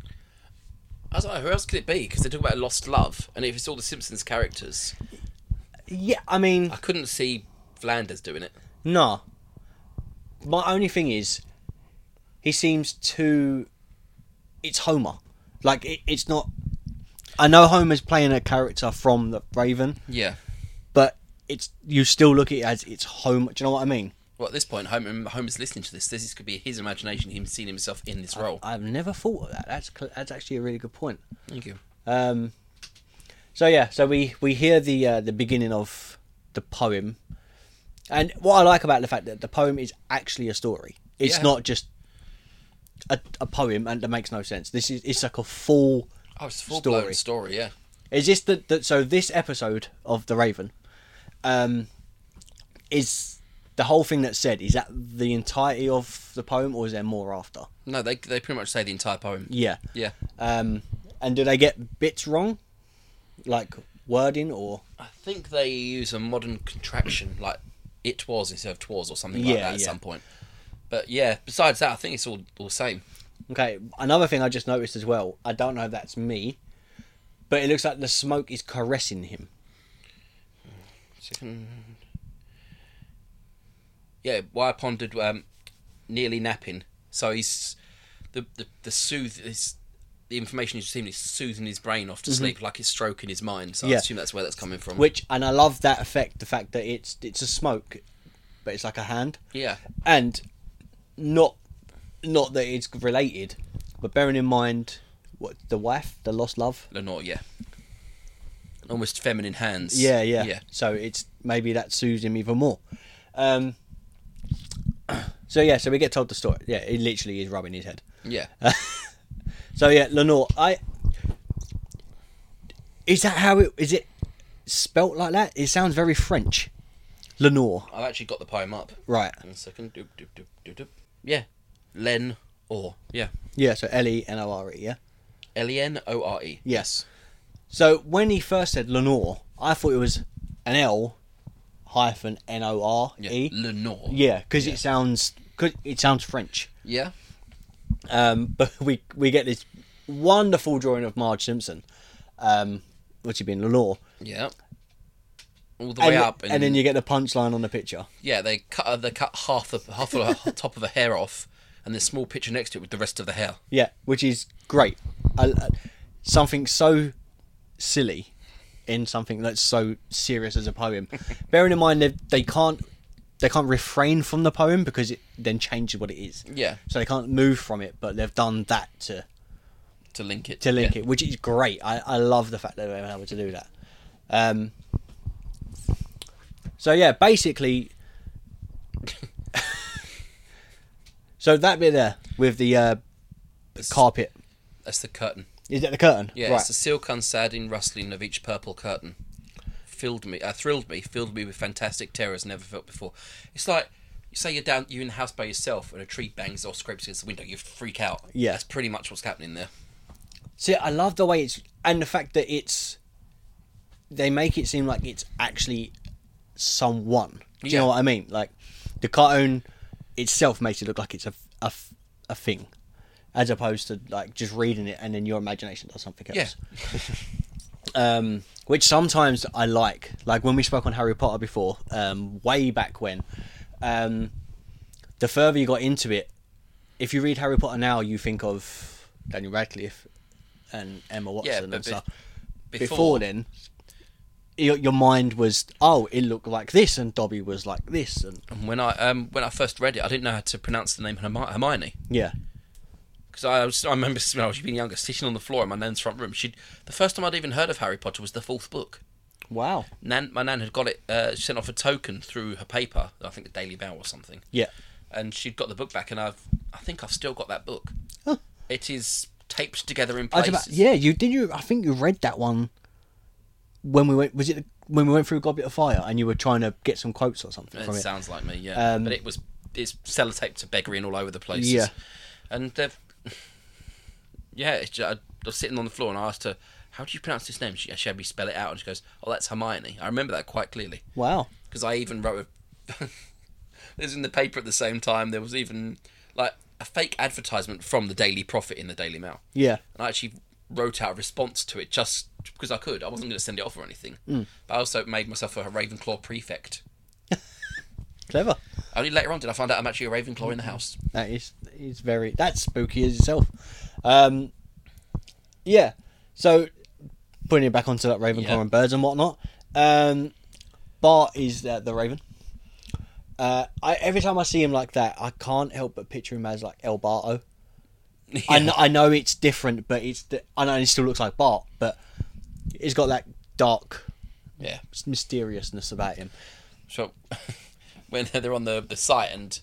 [SPEAKER 2] I was like, who else could it be? Because they talk about lost love, and if it's all the Simpsons characters,
[SPEAKER 1] Yeah, I mean,
[SPEAKER 2] I couldn't see Flanders doing it.
[SPEAKER 1] nah. My only thing is, he seems too. It's Homer. Like it, it's not. I know Homer's playing a character from the Raven,
[SPEAKER 2] Yeah.
[SPEAKER 1] but it's you still look at it as it's Homer. Do you know what I mean?
[SPEAKER 2] Well, at this point, Homer, Homer's listening to this. This could be his imagination, him seeing himself in this role.
[SPEAKER 1] I've never thought of that. That's cl- that's actually a really good point.
[SPEAKER 2] Thank you.
[SPEAKER 1] Um, so yeah, so we we hear the uh, the beginning of the poem, and what I like about the fact that the poem is actually a story. It's
[SPEAKER 2] Yeah.
[SPEAKER 1] not just a, a poem, and that makes no sense. This is it's like a full.
[SPEAKER 2] Oh, it's a full blown
[SPEAKER 1] Story.
[SPEAKER 2] story, yeah.
[SPEAKER 1] Is this the, the so this episode of the Raven, um, is the whole thing that's said? Is that the entirety of the poem, or is there more after?
[SPEAKER 2] No, they, they pretty much say the entire poem.
[SPEAKER 1] Yeah.
[SPEAKER 2] Yeah.
[SPEAKER 1] Um, and do they get bits wrong, like wording or?
[SPEAKER 2] I think they use a modern contraction, like it was instead of twas or something like
[SPEAKER 1] Yeah,
[SPEAKER 2] that at
[SPEAKER 1] yeah.
[SPEAKER 2] some point. But yeah, besides that, I think it's all, all the same.
[SPEAKER 1] Okay, another thing I just noticed as well, I don't know if that's me, but it looks like the smoke is caressing him.
[SPEAKER 2] Second. Yeah, why I pondered um, nearly napping. So he's the the the soothe is the information he's receiving is soothing his brain off to sleep, like it's stroking his mind. So
[SPEAKER 1] Mm-hmm. Yeah.
[SPEAKER 2] I assume that's where that's coming from.
[SPEAKER 1] Which and I love that effect, the fact that it's it's a smoke, but it's like a hand.
[SPEAKER 2] yeah,
[SPEAKER 1] And not not that it's related, but bearing in mind what the wife, the lost love.
[SPEAKER 2] Lenore. Yeah, almost feminine hands.
[SPEAKER 1] Yeah, yeah.
[SPEAKER 2] yeah.
[SPEAKER 1] So it's maybe that soothes him even more. Um so yeah, so we get told the story. Yeah, it literally is rubbing his head.
[SPEAKER 2] yeah.
[SPEAKER 1] Uh. So yeah, Lenore, I is that how it is it spelt like that? It sounds very French. Lenore,
[SPEAKER 2] I've actually got the poem up.
[SPEAKER 1] right?
[SPEAKER 2] One second. Doop, doop, doop, doop, doop. Yeah, Len or yeah,
[SPEAKER 1] Yeah, so L E N O R E, yeah.
[SPEAKER 2] L E N O R E.
[SPEAKER 1] Yes. So when he first said Lenore, I thought it was an L hyphen N O R
[SPEAKER 2] Yeah,
[SPEAKER 1] E.
[SPEAKER 2] Lenore.
[SPEAKER 1] Yeah, because
[SPEAKER 2] Yeah.
[SPEAKER 1] it sounds cause it sounds French.
[SPEAKER 2] yeah.
[SPEAKER 1] Um, but we we get this wonderful drawing of Marge Simpson. Um, what's she been Lenore?
[SPEAKER 2] Yeah. All the
[SPEAKER 1] And,
[SPEAKER 2] way up, and,
[SPEAKER 1] and then you get the punchline on the picture.
[SPEAKER 2] yeah, they cut uh, they cut half the half of the top of the hair off, and the small picture next to it with the rest of the hair.
[SPEAKER 1] Yeah, which is great. I, I- something so silly in something that's so serious as a poem. Bearing in mind that they can't they can't refrain from the poem because it then changes what it is.
[SPEAKER 2] Yeah,
[SPEAKER 1] So they can't move from it, but they've done that to
[SPEAKER 2] to link it.
[SPEAKER 1] to link
[SPEAKER 2] yeah.
[SPEAKER 1] it, which is great. I, I love the fact that they were able to do that. Um, so yeah, basically. so that bit there with the uh,
[SPEAKER 2] It's-
[SPEAKER 1] carpet
[SPEAKER 2] That's the curtain.
[SPEAKER 1] is that the curtain?
[SPEAKER 2] Yeah, it's the silk unsadding rustling of each purple curtain. Filled me, uh, thrilled me, filled me with fantastic terrors never felt before. It's like you say you're down, you're in the house by yourself, and a tree bangs or scrapes against the window. You freak out.
[SPEAKER 1] Yeah.
[SPEAKER 2] that's pretty much what's happening there.
[SPEAKER 1] See, I love the way it's and the fact that it's they make it seem like it's actually someone. Do you know
[SPEAKER 2] Yeah.
[SPEAKER 1] what I mean? Like the cartoon itself makes it look like it's a a, a thing, as opposed to like just reading it and then your imagination does something
[SPEAKER 2] Yeah,
[SPEAKER 1] else. Um, which sometimes I like. Like when we spoke on Harry Potter before, um, way back when. Um, the further you got into it, if you read Harry Potter now, you think of Daniel Radcliffe and Emma
[SPEAKER 2] yeah.
[SPEAKER 1] Watson
[SPEAKER 2] But
[SPEAKER 1] and
[SPEAKER 2] be-
[SPEAKER 1] stuff. Before, then, your, your mind was, oh, it looked like this, and Dobby was like this, and
[SPEAKER 2] And when I um when I first read it, I didn't know how to pronounce the name Hermi- Hermione
[SPEAKER 1] yeah,
[SPEAKER 2] because I was, I remember when I was being younger, sitting on the floor in my nan's front room. She would the first time I'd even heard of Harry Potter was the fourth book.
[SPEAKER 1] wow,
[SPEAKER 2] Nan, my nan had got it uh, sent off a token through her paper, I think the Daily Mail or something,
[SPEAKER 1] yeah,
[SPEAKER 2] and she'd got the book back, and I've I think I've still got that book.
[SPEAKER 1] Huh.
[SPEAKER 2] It is taped together in
[SPEAKER 1] I was
[SPEAKER 2] places.
[SPEAKER 1] about- yeah. You did you? I think you read that one when we went. Was it when we went through Goblet of Fire, and you were trying to get some quotes or something
[SPEAKER 2] It
[SPEAKER 1] from it?
[SPEAKER 2] sounds like me, yeah.
[SPEAKER 1] Um,
[SPEAKER 2] but it was it's sellotaped to beggary and all over the place.
[SPEAKER 1] Yeah.
[SPEAKER 2] and they've yeah. It's ju- I was sitting on the floor and I asked her, "How do you pronounce this name?" She, she had me spell it out, and she goes, "Oh, that's Hermione." I remember that quite clearly
[SPEAKER 1] Wow.
[SPEAKER 2] because I even wrote. A, it was in the paper at the same time. There was even like a fake advertisement from the Daily Prophet in the Daily Mail,
[SPEAKER 1] Yeah.
[SPEAKER 2] and I actually wrote out a response to it just because I could. I wasn't going to send it off or anything,
[SPEAKER 1] Mm.
[SPEAKER 2] but I also made myself a Ravenclaw prefect.
[SPEAKER 1] Clever.
[SPEAKER 2] Only later on did I find out I'm actually a Ravenclaw in the house.
[SPEAKER 1] That is is very that's spooky as itself. Um, yeah. So putting it back onto that Ravenclaw
[SPEAKER 2] Yeah.
[SPEAKER 1] and birds and whatnot. Um, Bart is uh, the Raven. Uh, I, every time I see him like that, I can't help but picture him as like El Barto. I, kn- I know it's different, but it's the, I know he still looks like Bart, but he's got that dark
[SPEAKER 2] yeah.
[SPEAKER 1] mysteriousness about him.
[SPEAKER 2] So when they're on the, the site and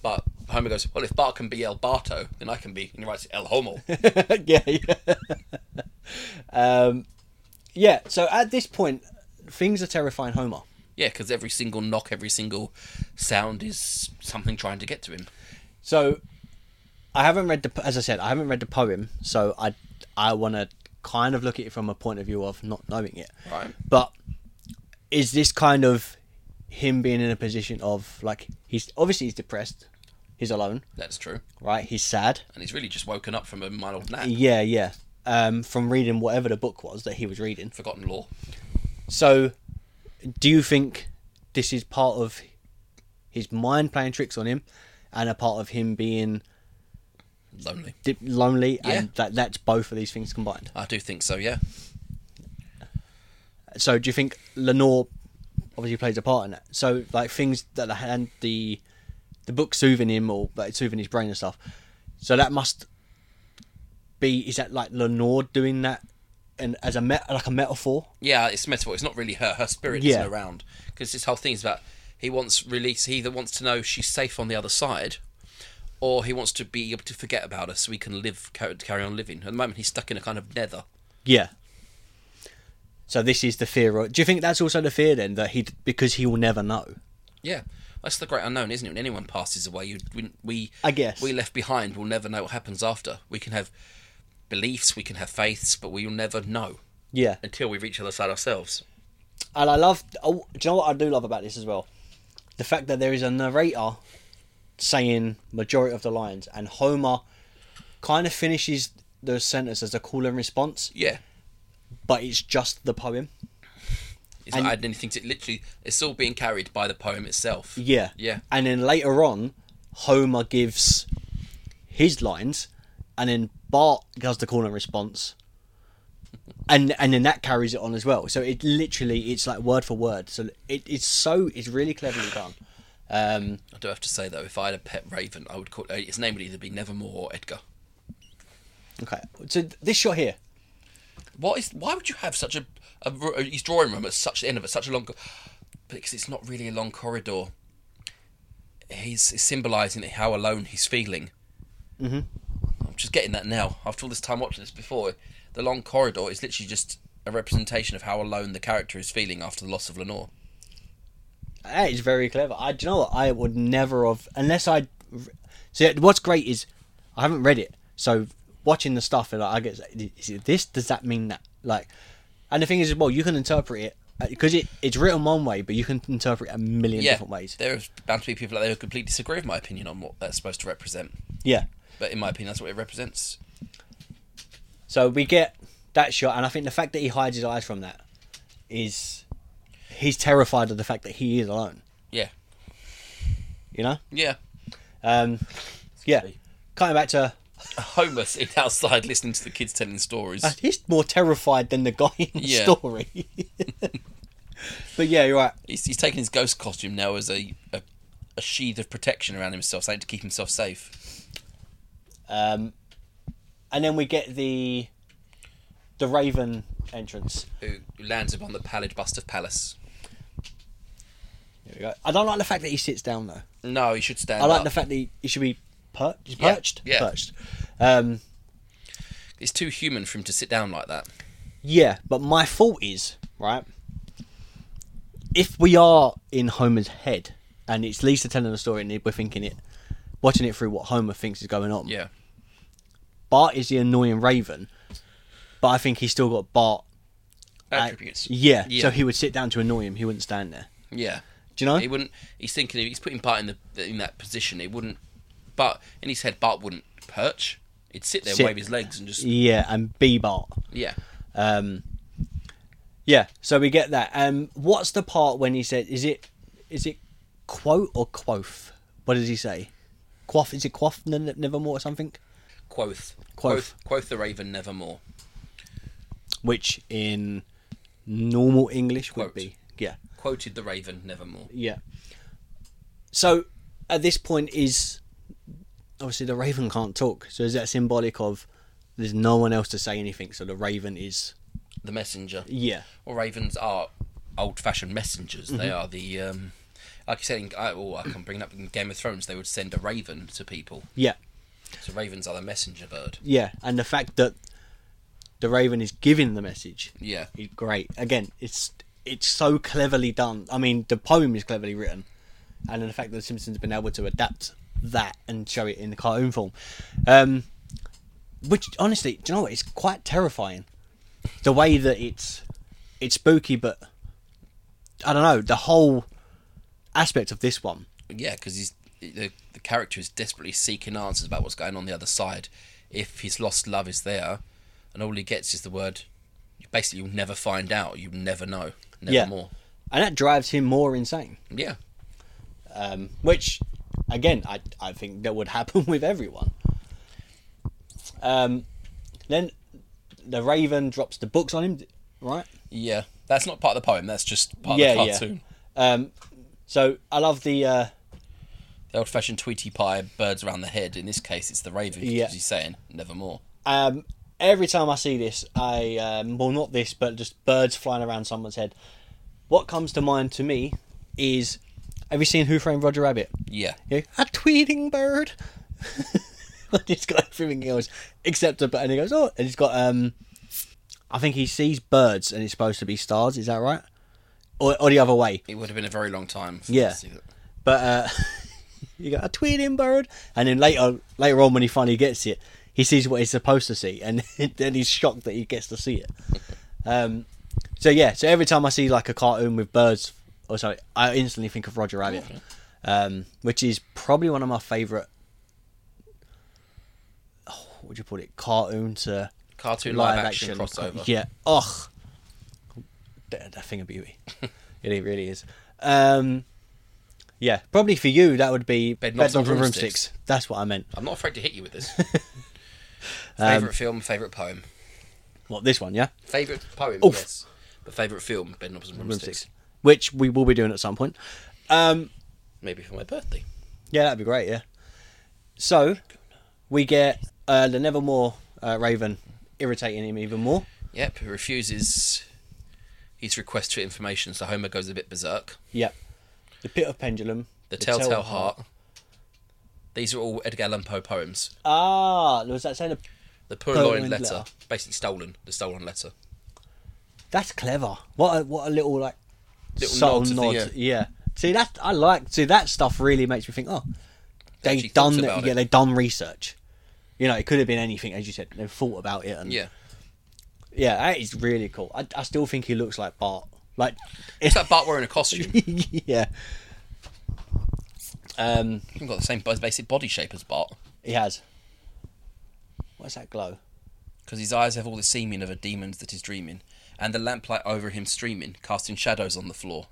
[SPEAKER 2] Bart Homer goes, Well if Bart can be El Barto, then I can be and he writes El Homo.
[SPEAKER 1] yeah, yeah. um, yeah. So at this point, things are terrifying Homer.
[SPEAKER 2] yeah, because every single knock, every single sound is something trying to get to him.
[SPEAKER 1] So I haven't read the, as I said, I haven't read the poem, so I I want to kind of look at it from a point of view of not knowing it.
[SPEAKER 2] Right.
[SPEAKER 1] But is this kind of him being in a position of like he's obviously he's depressed, he's alone,
[SPEAKER 2] That's true.
[SPEAKER 1] right? He's sad.
[SPEAKER 2] And he's really just woken up from a mild old nap.
[SPEAKER 1] Yeah, yeah. Um, from reading whatever the book was that he was reading.
[SPEAKER 2] Forgotten law.
[SPEAKER 1] So, do you think this is part of his mind playing tricks on him, and a part of him being
[SPEAKER 2] Lonely.
[SPEAKER 1] di- lonely,
[SPEAKER 2] Yeah.
[SPEAKER 1] and that that's both of these things combined?
[SPEAKER 2] I do think so, yeah.
[SPEAKER 1] So, do you think Lenore obviously plays a part in that? So, like things that the hand the the book soothing him or like soothing his brain and stuff. So that must be is that like Lenore doing that, and as a met like a metaphor?
[SPEAKER 2] Yeah, it's metaphor. It's not really her. Her spirit
[SPEAKER 1] Yeah.
[SPEAKER 2] isn't around because this whole thing is about he wants release. He either wants to know she's safe on the other side, or he wants to be able to forget about her so he can live ca- carry on living. At the moment, he's stuck in a kind of nether.
[SPEAKER 1] Yeah. So this is the fear. Of, do you think that's also the fear then that he because he will never know?
[SPEAKER 2] Yeah, that's the great unknown, isn't it? When anyone passes away, you we, we
[SPEAKER 1] I guess.
[SPEAKER 2] we left behind will never know what happens after. We can have beliefs, we can have faiths, but we'll never know
[SPEAKER 1] Yeah,
[SPEAKER 2] until we reach the other side ourselves.
[SPEAKER 1] and I love. Oh, do you know what I do love about this as well? The fact that there is a narrator saying majority of the lines, and Homer kind of finishes the sentence as a call and response,
[SPEAKER 2] Yeah,
[SPEAKER 1] but it's just the poem.
[SPEAKER 2] it's not adding anything to it. Literally, it's all being carried by the poem itself.
[SPEAKER 1] Yeah.
[SPEAKER 2] Yeah.
[SPEAKER 1] And then later on, Homer gives his lines, and then Bart does the call and response, and and then that carries it on as well. So it literally it's like word for word. So it, it's so it's really cleverly done. Um,
[SPEAKER 2] I do have to say though, if I had a pet raven, I would call uh, his name would either be Nevermore or Edgar.
[SPEAKER 1] okay, so th- this shot here,
[SPEAKER 2] What is? Why would you have such a, a, r- uh, his drawing room at such the end of it, such a long? co- Because it's not really a long corridor. He's symbolising how alone he's feeling. Mm-hmm. I'm just getting that now. After all this time watching this before, the long corridor is literally just a representation of how alone the character is feeling after the loss of Lenore.
[SPEAKER 1] that is very clever. I do you know what I would never have unless I. See, what's great is I haven't read it, so watching the stuff and I get is it this? Does that mean that? Like, and the thing is, as well, you can interpret it because it, it's written one way, but you can interpret it a million
[SPEAKER 2] Yeah,
[SPEAKER 1] different ways.
[SPEAKER 2] there's bound to be people out there who completely disagree with my opinion on what that's supposed to represent.
[SPEAKER 1] Yeah.
[SPEAKER 2] But in my opinion, that's what it represents.
[SPEAKER 1] So we get that shot, and I think the fact that he hides his eyes from that is he's terrified of the fact that he is alone.
[SPEAKER 2] Yeah.
[SPEAKER 1] You know.
[SPEAKER 2] Yeah.
[SPEAKER 1] Um, yeah.
[SPEAKER 2] me.
[SPEAKER 1] Coming back to
[SPEAKER 2] Homer sitting outside listening to the kids telling stories.
[SPEAKER 1] Uh, He's more terrified than the guy in the
[SPEAKER 2] Yeah.
[SPEAKER 1] story. but yeah, you're right.
[SPEAKER 2] He's, he's taking his ghost costume now as a, a a sheath of protection around himself, something to keep himself safe.
[SPEAKER 1] Um, and then we get the the Raven entrance.
[SPEAKER 2] Who lands upon the pallid bust of Pallas.
[SPEAKER 1] Here we go. I don't like the fact that he sits down though.
[SPEAKER 2] No, he should stand
[SPEAKER 1] I like
[SPEAKER 2] up.
[SPEAKER 1] the fact that he, he should be per- he's
[SPEAKER 2] Uh, Yeah,
[SPEAKER 1] perched.
[SPEAKER 2] yeah.
[SPEAKER 1] Perched. Um,
[SPEAKER 2] it's too human for him to sit down like that.
[SPEAKER 1] yeah, but my thought is right. If we are in Homer's head, and it's Lisa telling the story, and we're thinking it, watching it through what Homer thinks is going on.
[SPEAKER 2] Yeah.
[SPEAKER 1] Bart is the annoying Raven, but I think he's still got Bart. at-
[SPEAKER 2] Attributes.
[SPEAKER 1] yeah,
[SPEAKER 2] Yeah.
[SPEAKER 1] so he would sit down to annoy him. He wouldn't stand there.
[SPEAKER 2] yeah.
[SPEAKER 1] Do you know?
[SPEAKER 2] He wouldn't. He's thinking. He's putting Bart in the in that position. He wouldn't But in his head, Bart wouldn't perch. He'd sit there,
[SPEAKER 1] Sit.
[SPEAKER 2] wave his legs, and just
[SPEAKER 1] Yeah, and Bebop.
[SPEAKER 2] yeah.
[SPEAKER 1] Um, yeah, so we get that. Um, what's the part when he said, "Is it, is it, quote or quoth?" What does he say? Quoth? Is it quoth? N- n- nevermore or something?
[SPEAKER 2] Quoth,
[SPEAKER 1] Quoth.
[SPEAKER 2] quoth, quoth the raven, nevermore.
[SPEAKER 1] Which in normal English would
[SPEAKER 2] Quote.
[SPEAKER 1] be yeah,
[SPEAKER 2] Quoted the raven, nevermore.
[SPEAKER 1] yeah. So at this point is obviously the Raven can't talk. So is that symbolic of there's no one else to say anything? So the Raven is
[SPEAKER 2] The messenger.
[SPEAKER 1] yeah,
[SPEAKER 2] Well, ravens are old-fashioned messengers. They
[SPEAKER 1] Mm-hmm.
[SPEAKER 2] are the, um, like you said, in, I, oh, I can bring it up in Game of Thrones. They would send a raven to people.
[SPEAKER 1] yeah.
[SPEAKER 2] So ravens are the messenger bird.
[SPEAKER 1] Yeah, and the fact that the Raven is giving the message
[SPEAKER 2] Yeah,
[SPEAKER 1] is great. Again, it's it's so cleverly done. I mean, the poem is cleverly written, and then the fact that the Simpsons have been able to adapt that and show it in the cartoon form, um, which honestly, do you know what? It's quite terrifying. The way that it's it's spooky, but I don't know the whole aspect of this one.
[SPEAKER 2] yeah, because he's the, the character is desperately seeking answers about what's going on the other side. If his lost love is there, and all he gets is the word, you basically you'll never find out. You never know. Never
[SPEAKER 1] Yeah.
[SPEAKER 2] more.
[SPEAKER 1] and that drives him more insane.
[SPEAKER 2] Yeah.
[SPEAKER 1] um, which again I, I think that would happen with everyone um, then the raven drops the books on him right
[SPEAKER 2] Yeah. That's not part of the poem. That's just part
[SPEAKER 1] Yeah,
[SPEAKER 2] of
[SPEAKER 1] yeah.
[SPEAKER 2] the cartoon.
[SPEAKER 1] um, so i love the uh,
[SPEAKER 2] The old-fashioned Tweety Pie birds around the head. In this case, it's the raven.
[SPEAKER 1] Yeah.
[SPEAKER 2] Because he's saying nevermore.
[SPEAKER 1] um, every time i see this i um, well not this but just birds flying around someone's head what comes to mind to me is have you seen who framed roger rabbit
[SPEAKER 2] Yeah.
[SPEAKER 1] you know, a tweeting bird. but he's got everything else except a bird. And he goes, oh, and he's got, um, I think he sees birds and it's supposed to be stars. Is that right? Or, or the other way.
[SPEAKER 2] It would have been a very long time. For
[SPEAKER 1] Yeah.
[SPEAKER 2] us to see that.
[SPEAKER 1] But uh, you got a tweeting bird. And then later, later on, when he finally gets it, he sees what he's supposed to see. And then he's shocked that he gets to see it. Um, so, yeah, so every time I see like a cartoon with birds or something, I instantly think of Roger Rabbit. Um, which is probably one of my favourite oh, what would you put it cartoon to
[SPEAKER 2] Cartoon
[SPEAKER 1] live,
[SPEAKER 2] live,
[SPEAKER 1] action,
[SPEAKER 2] action, crossover.
[SPEAKER 1] yeah ugh that, that thing of beauty it, i- really is um yeah probably for you that would be
[SPEAKER 2] Bedknobs
[SPEAKER 1] Bedknobs
[SPEAKER 2] and
[SPEAKER 1] and
[SPEAKER 2] Broomsticks.
[SPEAKER 1] that's what i meant Um,
[SPEAKER 2] I'm not afraid to hit you with this. favorite film, favorite poem,
[SPEAKER 1] what this one yeah
[SPEAKER 2] favorite poem.
[SPEAKER 1] Oof.
[SPEAKER 2] Yes, but favorite film, Bedknobs and Broomsticks.
[SPEAKER 1] Broomsticks. which we will be doing at some point um
[SPEAKER 2] Maybe for my birthday.
[SPEAKER 1] yeah that'd be great yeah so we get uh the nevermore uh, raven irritating him even more
[SPEAKER 2] Yep, he refuses his request for information, so Homer goes a bit berserk.
[SPEAKER 1] yeah the pit of pendulum
[SPEAKER 2] The, Telltale Heart. These are all Edgar Allan Poe poems.
[SPEAKER 1] Ah, was that saying?
[SPEAKER 2] The Purloined
[SPEAKER 1] Purloined
[SPEAKER 2] letter,
[SPEAKER 1] Letter.
[SPEAKER 2] basically stolen. The stolen letter.
[SPEAKER 1] That's clever. What a, what a little like
[SPEAKER 2] Little
[SPEAKER 1] subtle
[SPEAKER 2] nod to the,
[SPEAKER 1] nod.
[SPEAKER 2] uh,
[SPEAKER 1] yeah. See that I like. See that stuff really makes me think. Oh, they
[SPEAKER 2] They actually
[SPEAKER 1] have done.
[SPEAKER 2] thought
[SPEAKER 1] that
[SPEAKER 2] about
[SPEAKER 1] yeah,
[SPEAKER 2] it.
[SPEAKER 1] they have done research. You know, it could have been anything, as you said. They thought about it, and
[SPEAKER 2] Yeah,
[SPEAKER 1] yeah, that is really cool. I, I still think he looks like Bart. Like,
[SPEAKER 2] it's like Bart wearing a costume. He
[SPEAKER 1] yeah. Um,
[SPEAKER 2] even got the same bo- basic body shape as Bart,
[SPEAKER 1] he has. What's that glow?
[SPEAKER 2] because his eyes have all the seeming of a demon's that is dreaming, and the lamplight over him streaming, casting shadows on the floor.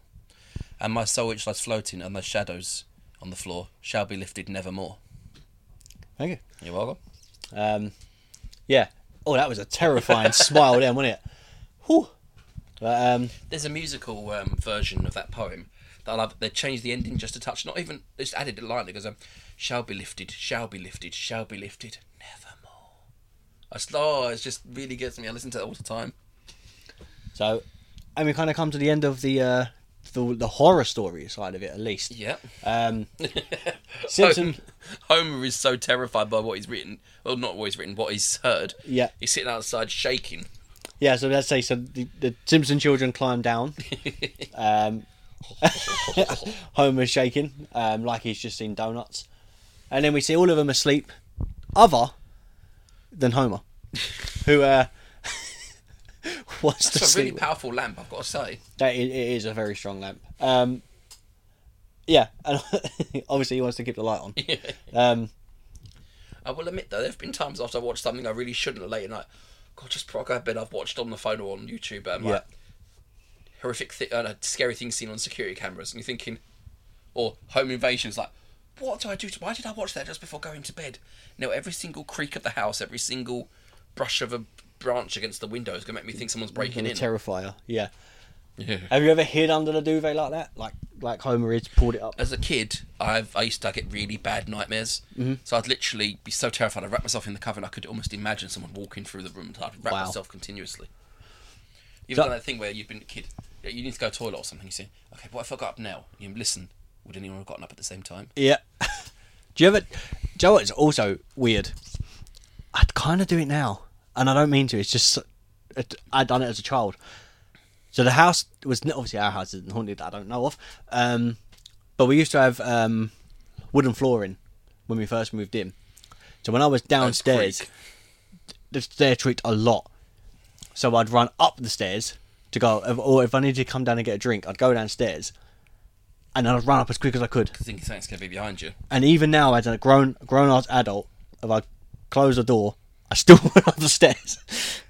[SPEAKER 2] And my soul which lies floating, and those shadows on the floor shall be lifted nevermore.
[SPEAKER 1] Thank
[SPEAKER 2] You're welcome.
[SPEAKER 1] you. Um, yeah. Oh, that was a terrifying smile then, wasn't it? Whew. But, um,
[SPEAKER 2] There's a musical um, version of that poem that I love. They changed the ending just a touch. Not even they just added a line that goes, um, "Shall be lifted, shall be lifted, shall be lifted, nevermore." I just, oh, it just really gets me. I listen to that all the time.
[SPEAKER 1] So, and we kind of come to the end of the uh, the, the horror story side of it, at least.
[SPEAKER 2] Yeah.
[SPEAKER 1] Um, Simpson,
[SPEAKER 2] Homer is so terrified by what he's written. Well, not what he's written, what he's heard.
[SPEAKER 1] Yeah.
[SPEAKER 2] He's sitting outside shaking.
[SPEAKER 1] yeah. So let's say so the, the Simpson children climb down. um, Homer's shaking um, like he's just seen donuts, and then we see all of them asleep, other than Homer, who uh, wants to
[SPEAKER 2] It's a
[SPEAKER 1] sleep.
[SPEAKER 2] really powerful lamp, I've got to say.
[SPEAKER 1] That i it is a very strong lamp. Um, yeah, and obviously he wants to keep the light on. Um,
[SPEAKER 2] I will admit though, there have been times after I watched something I really shouldn't at late at night. God, just before I go to bed, I've watched on the phone or on YouTube, um, like horrific, thi- uh, no, scary things seen on security cameras, and you're thinking, or home invasions, like, what do I do? To, why did I watch that just before going to bed? Now every single creak of the house, every single brush of a branch against the window is gonna make me think someone's breaking
[SPEAKER 1] The
[SPEAKER 2] in.
[SPEAKER 1] Terrifier. Yeah.
[SPEAKER 2] yeah.
[SPEAKER 1] Have you ever hid under the duvet like that? Like like Homer is pulled it up.
[SPEAKER 2] as a kid, I've I used to get really bad nightmares. Mm-hmm. So I'd literally be so terrified. I'd wrap myself in the cover, and I could almost imagine someone walking through the room. So I'd wrap
[SPEAKER 1] Wow.
[SPEAKER 2] myself continuously. You've
[SPEAKER 1] So-
[SPEAKER 2] done that thing where you've been a kid. yeah, You need to go to the toilet or something. You say, "Okay, what if I got up now?" You listen. Would anyone have gotten up at the same time?
[SPEAKER 1] Yeah. do you ever? Do you know what's also weird? I kind of do it now, and I don't mean to. It's just it, I done it as a child. So the house was obviously our house isn't haunted. I don't know of, um, but we used to have um, wooden flooring when we first moved in. So when I was downstairs,
[SPEAKER 2] creak.
[SPEAKER 1] the stair creaked a lot. So I'd run up the stairs to go, or if I needed to come down and get a drink, I'd go downstairs, and I'd run up as quick as I could
[SPEAKER 2] Thinking something's going to be behind you.
[SPEAKER 1] and even now as a grown grown ass adult, if I close the door, I still went up the stairs.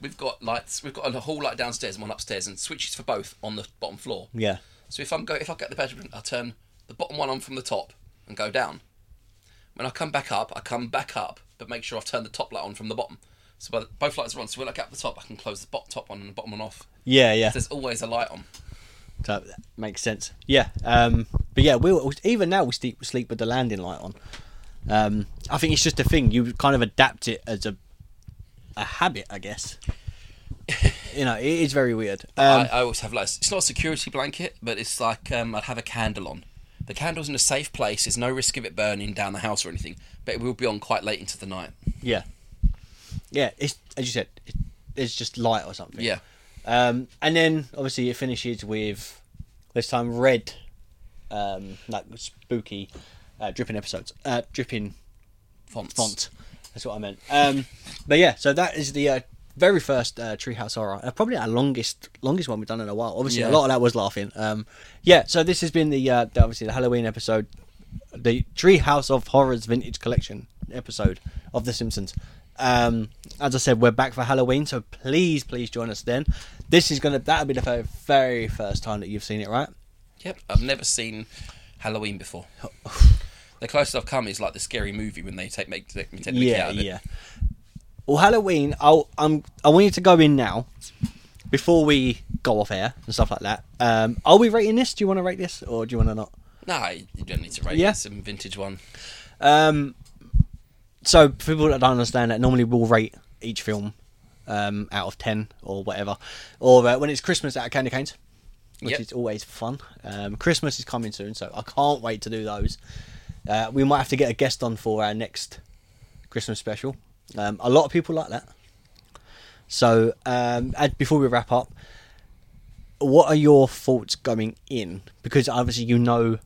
[SPEAKER 2] We've got lights. We've got a whole light downstairs and one upstairs, and switches for both on the bottom floor.
[SPEAKER 1] Yeah.
[SPEAKER 2] So if I'm go if I get the bedroom, I turn the bottom one on from the top and go down. When I come back up, I come back up, but make sure I've turned the top light on from the bottom. So by the, both lights are on. So when I get up the top, I can close the bot, top one and the bottom one off.
[SPEAKER 1] Yeah, yeah.
[SPEAKER 2] There's always a light on.
[SPEAKER 1] So that makes sense. Yeah. Um but yeah, we will even now we sleep sleep with the landing light on. Um I think it's just a thing you kind of adapt it as a a habit, I guess. you know, it is very weird. Um,
[SPEAKER 2] I, I always have lights. It's not a security blanket, but it's like um, I'd have a candle on. The candle's in a safe place. There's no risk of it burning down the house or anything, but it will be on quite late into the night.
[SPEAKER 1] yeah. Yeah, it's as you said, it, it's just light or something.
[SPEAKER 2] Yeah.
[SPEAKER 1] Um, and then obviously it finishes with this time red, um, like spooky, uh, dripping episodes, uh, dripping
[SPEAKER 2] Fonts.
[SPEAKER 1] font. That's what I meant. Um, but yeah, so that is the uh, very first uh, Treehouse Horror. Uh, probably our longest longest one we've done in a while. Obviously, a
[SPEAKER 2] Yeah.
[SPEAKER 1] lot of that was laughing. Um, yeah, so this has been the, uh, the- obviously the Halloween episode, the Treehouse of Horrors Vintage Collection episode of The Simpsons. Um, as I said, we're back for Halloween, so please, please join us then. This is gonna that'll be the very, very first time that you've seen it, right?
[SPEAKER 2] Yep, I've never seen Halloween before. the closest I've come is like the scary movie when they take make, take, take the kid
[SPEAKER 1] yeah,
[SPEAKER 2] out of it.
[SPEAKER 1] yeah. Well, Halloween. I'll, I'm. I want you to go in now, before we go off air and stuff like that. Um, are we rating this? Do you want to rate this, or do you want to not?
[SPEAKER 2] Nah, you don't need to rate
[SPEAKER 1] Yeah.
[SPEAKER 2] it. It's a vintage one.
[SPEAKER 1] Um, so for people that don't understand that, normally we'll rate each film um, out of ten or whatever, or uh, when it's Christmas out of candy canes, which
[SPEAKER 2] Yep.
[SPEAKER 1] is always fun. Um, Christmas is coming soon, so I can't wait to do those. Uh, we might have to get a guest on for our next Christmas special. Um, a lot of people like that. So, um, and before we wrap up, what are your thoughts going in? Because obviously you know,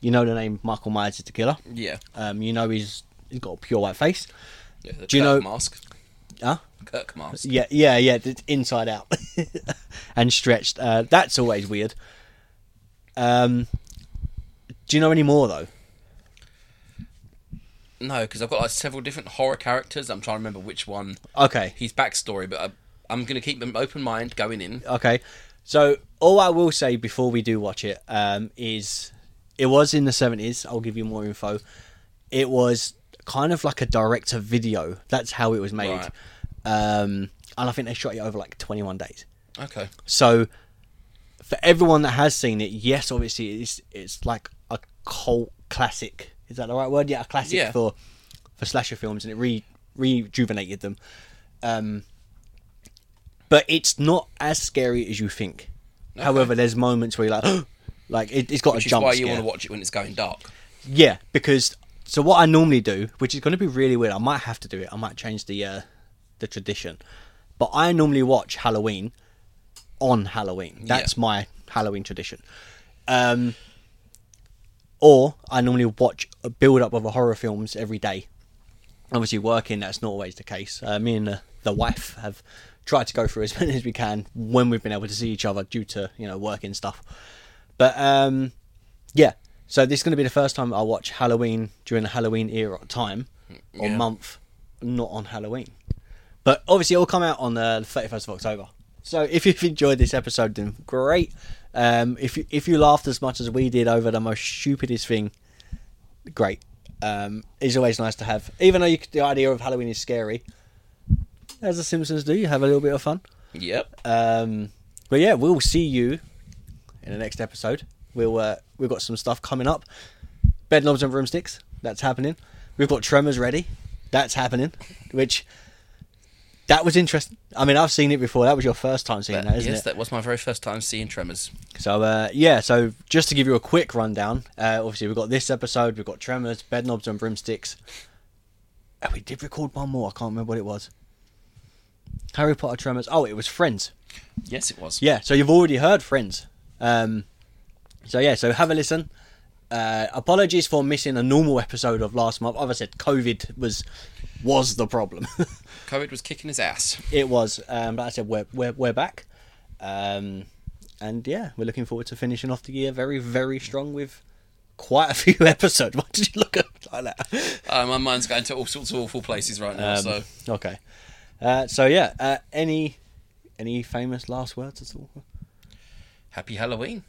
[SPEAKER 1] you know the name Michael Myers is the killer.
[SPEAKER 2] Yeah.
[SPEAKER 1] Um, you know he's he's got a pure white face.
[SPEAKER 2] yeah the
[SPEAKER 1] Do you
[SPEAKER 2] Kirk
[SPEAKER 1] know-
[SPEAKER 2] mask?
[SPEAKER 1] Huh?
[SPEAKER 2] Kirk mask.
[SPEAKER 1] Yeah, yeah, yeah. it's Inside out and stretched. Uh, that's always weird. Um, do you know any more though?
[SPEAKER 2] No, because I've got like several different horror characters. I'm trying to remember which one.
[SPEAKER 1] Okay,
[SPEAKER 2] His backstory, but I, I'm going to keep an open mind going in.
[SPEAKER 1] okay. So all I will say before we do watch it um, is it was in the seventies. I'll give you more info. It was kind of like a director video. That's how it was made.
[SPEAKER 2] Right.
[SPEAKER 1] Um, and I think they shot it over like twenty one days.
[SPEAKER 2] Okay.
[SPEAKER 1] So, for everyone that has seen it, yes, obviously it's it's like a cult classic. Is that the right word? Yeah, a classic
[SPEAKER 2] Yeah.
[SPEAKER 1] for for slasher films, and it re rejuvenated them. Um, but it's not as scary as you think. However, there's moments where you're like, like it, it's got
[SPEAKER 2] Which
[SPEAKER 1] a
[SPEAKER 2] is
[SPEAKER 1] jump
[SPEAKER 2] why you
[SPEAKER 1] scare.
[SPEAKER 2] want to watch it when it's going dark.
[SPEAKER 1] Yeah, because so what I normally do, which is going to be really weird, I might have to do it. I might change the uh, the tradition, but I normally watch Halloween on Halloween. That's
[SPEAKER 2] Yeah.
[SPEAKER 1] my Halloween tradition. Um, or I normally watch a build up of a horror films every day. Obviously, working that's not always the case. Uh, me and the, the wife have tried to go through as many as we can when we've been able to see each other due to you know working stuff. But um, yeah, so this is going to be the first time I watch Halloween during the Halloween era time. or
[SPEAKER 2] Yeah.
[SPEAKER 1] month, not on Halloween. But obviously, it'll come out on the 31st of October. So if you've enjoyed this episode, then great. Um, if you, if you laughed as much as we did over the most stupidest thing, great. Um, it's always nice to have, even though you, the idea of Halloween is scary. As the Simpsons do, you have a little bit of fun.
[SPEAKER 2] Yep.
[SPEAKER 1] Um, but yeah, we'll see you in the next episode. We'll uh, we've got some stuff coming up. Bed knobs and broomsticks. That's happening. We've got tremors ready. That's happening. Which that was interesting. I mean, I've seen it before. That was your first time seeing
[SPEAKER 2] That-
[SPEAKER 1] that, isn't
[SPEAKER 2] yes,
[SPEAKER 1] it?
[SPEAKER 2] that was my very first time seeing Tremors.
[SPEAKER 1] So uh, yeah, so just to give you a quick rundown, uh, obviously we've got this episode, we've got Tremors, Bed Knobs and Broomsticks. And we did record one more. I can't remember what it was. Harry Potter Tremors. Oh, it was Friends.
[SPEAKER 2] Yes, it was.
[SPEAKER 1] Yeah, so you've already heard Friends. Um, so yeah, so have a listen. Uh, apologies for missing a normal episode of last month. As I said, COVID was was the problem.
[SPEAKER 2] COVID was kicking his ass.
[SPEAKER 1] it was. Um, like I said, we're we're, we're back, um, and yeah, we're looking forward to finishing off the year very very strong with quite a few episodes. Why did you look at me like that?
[SPEAKER 2] Uh, my mind's going to all sorts of awful places right now.
[SPEAKER 1] Um,
[SPEAKER 2] so
[SPEAKER 1] okay, uh, so yeah, uh, any any famous last words at all?
[SPEAKER 2] happy Halloween.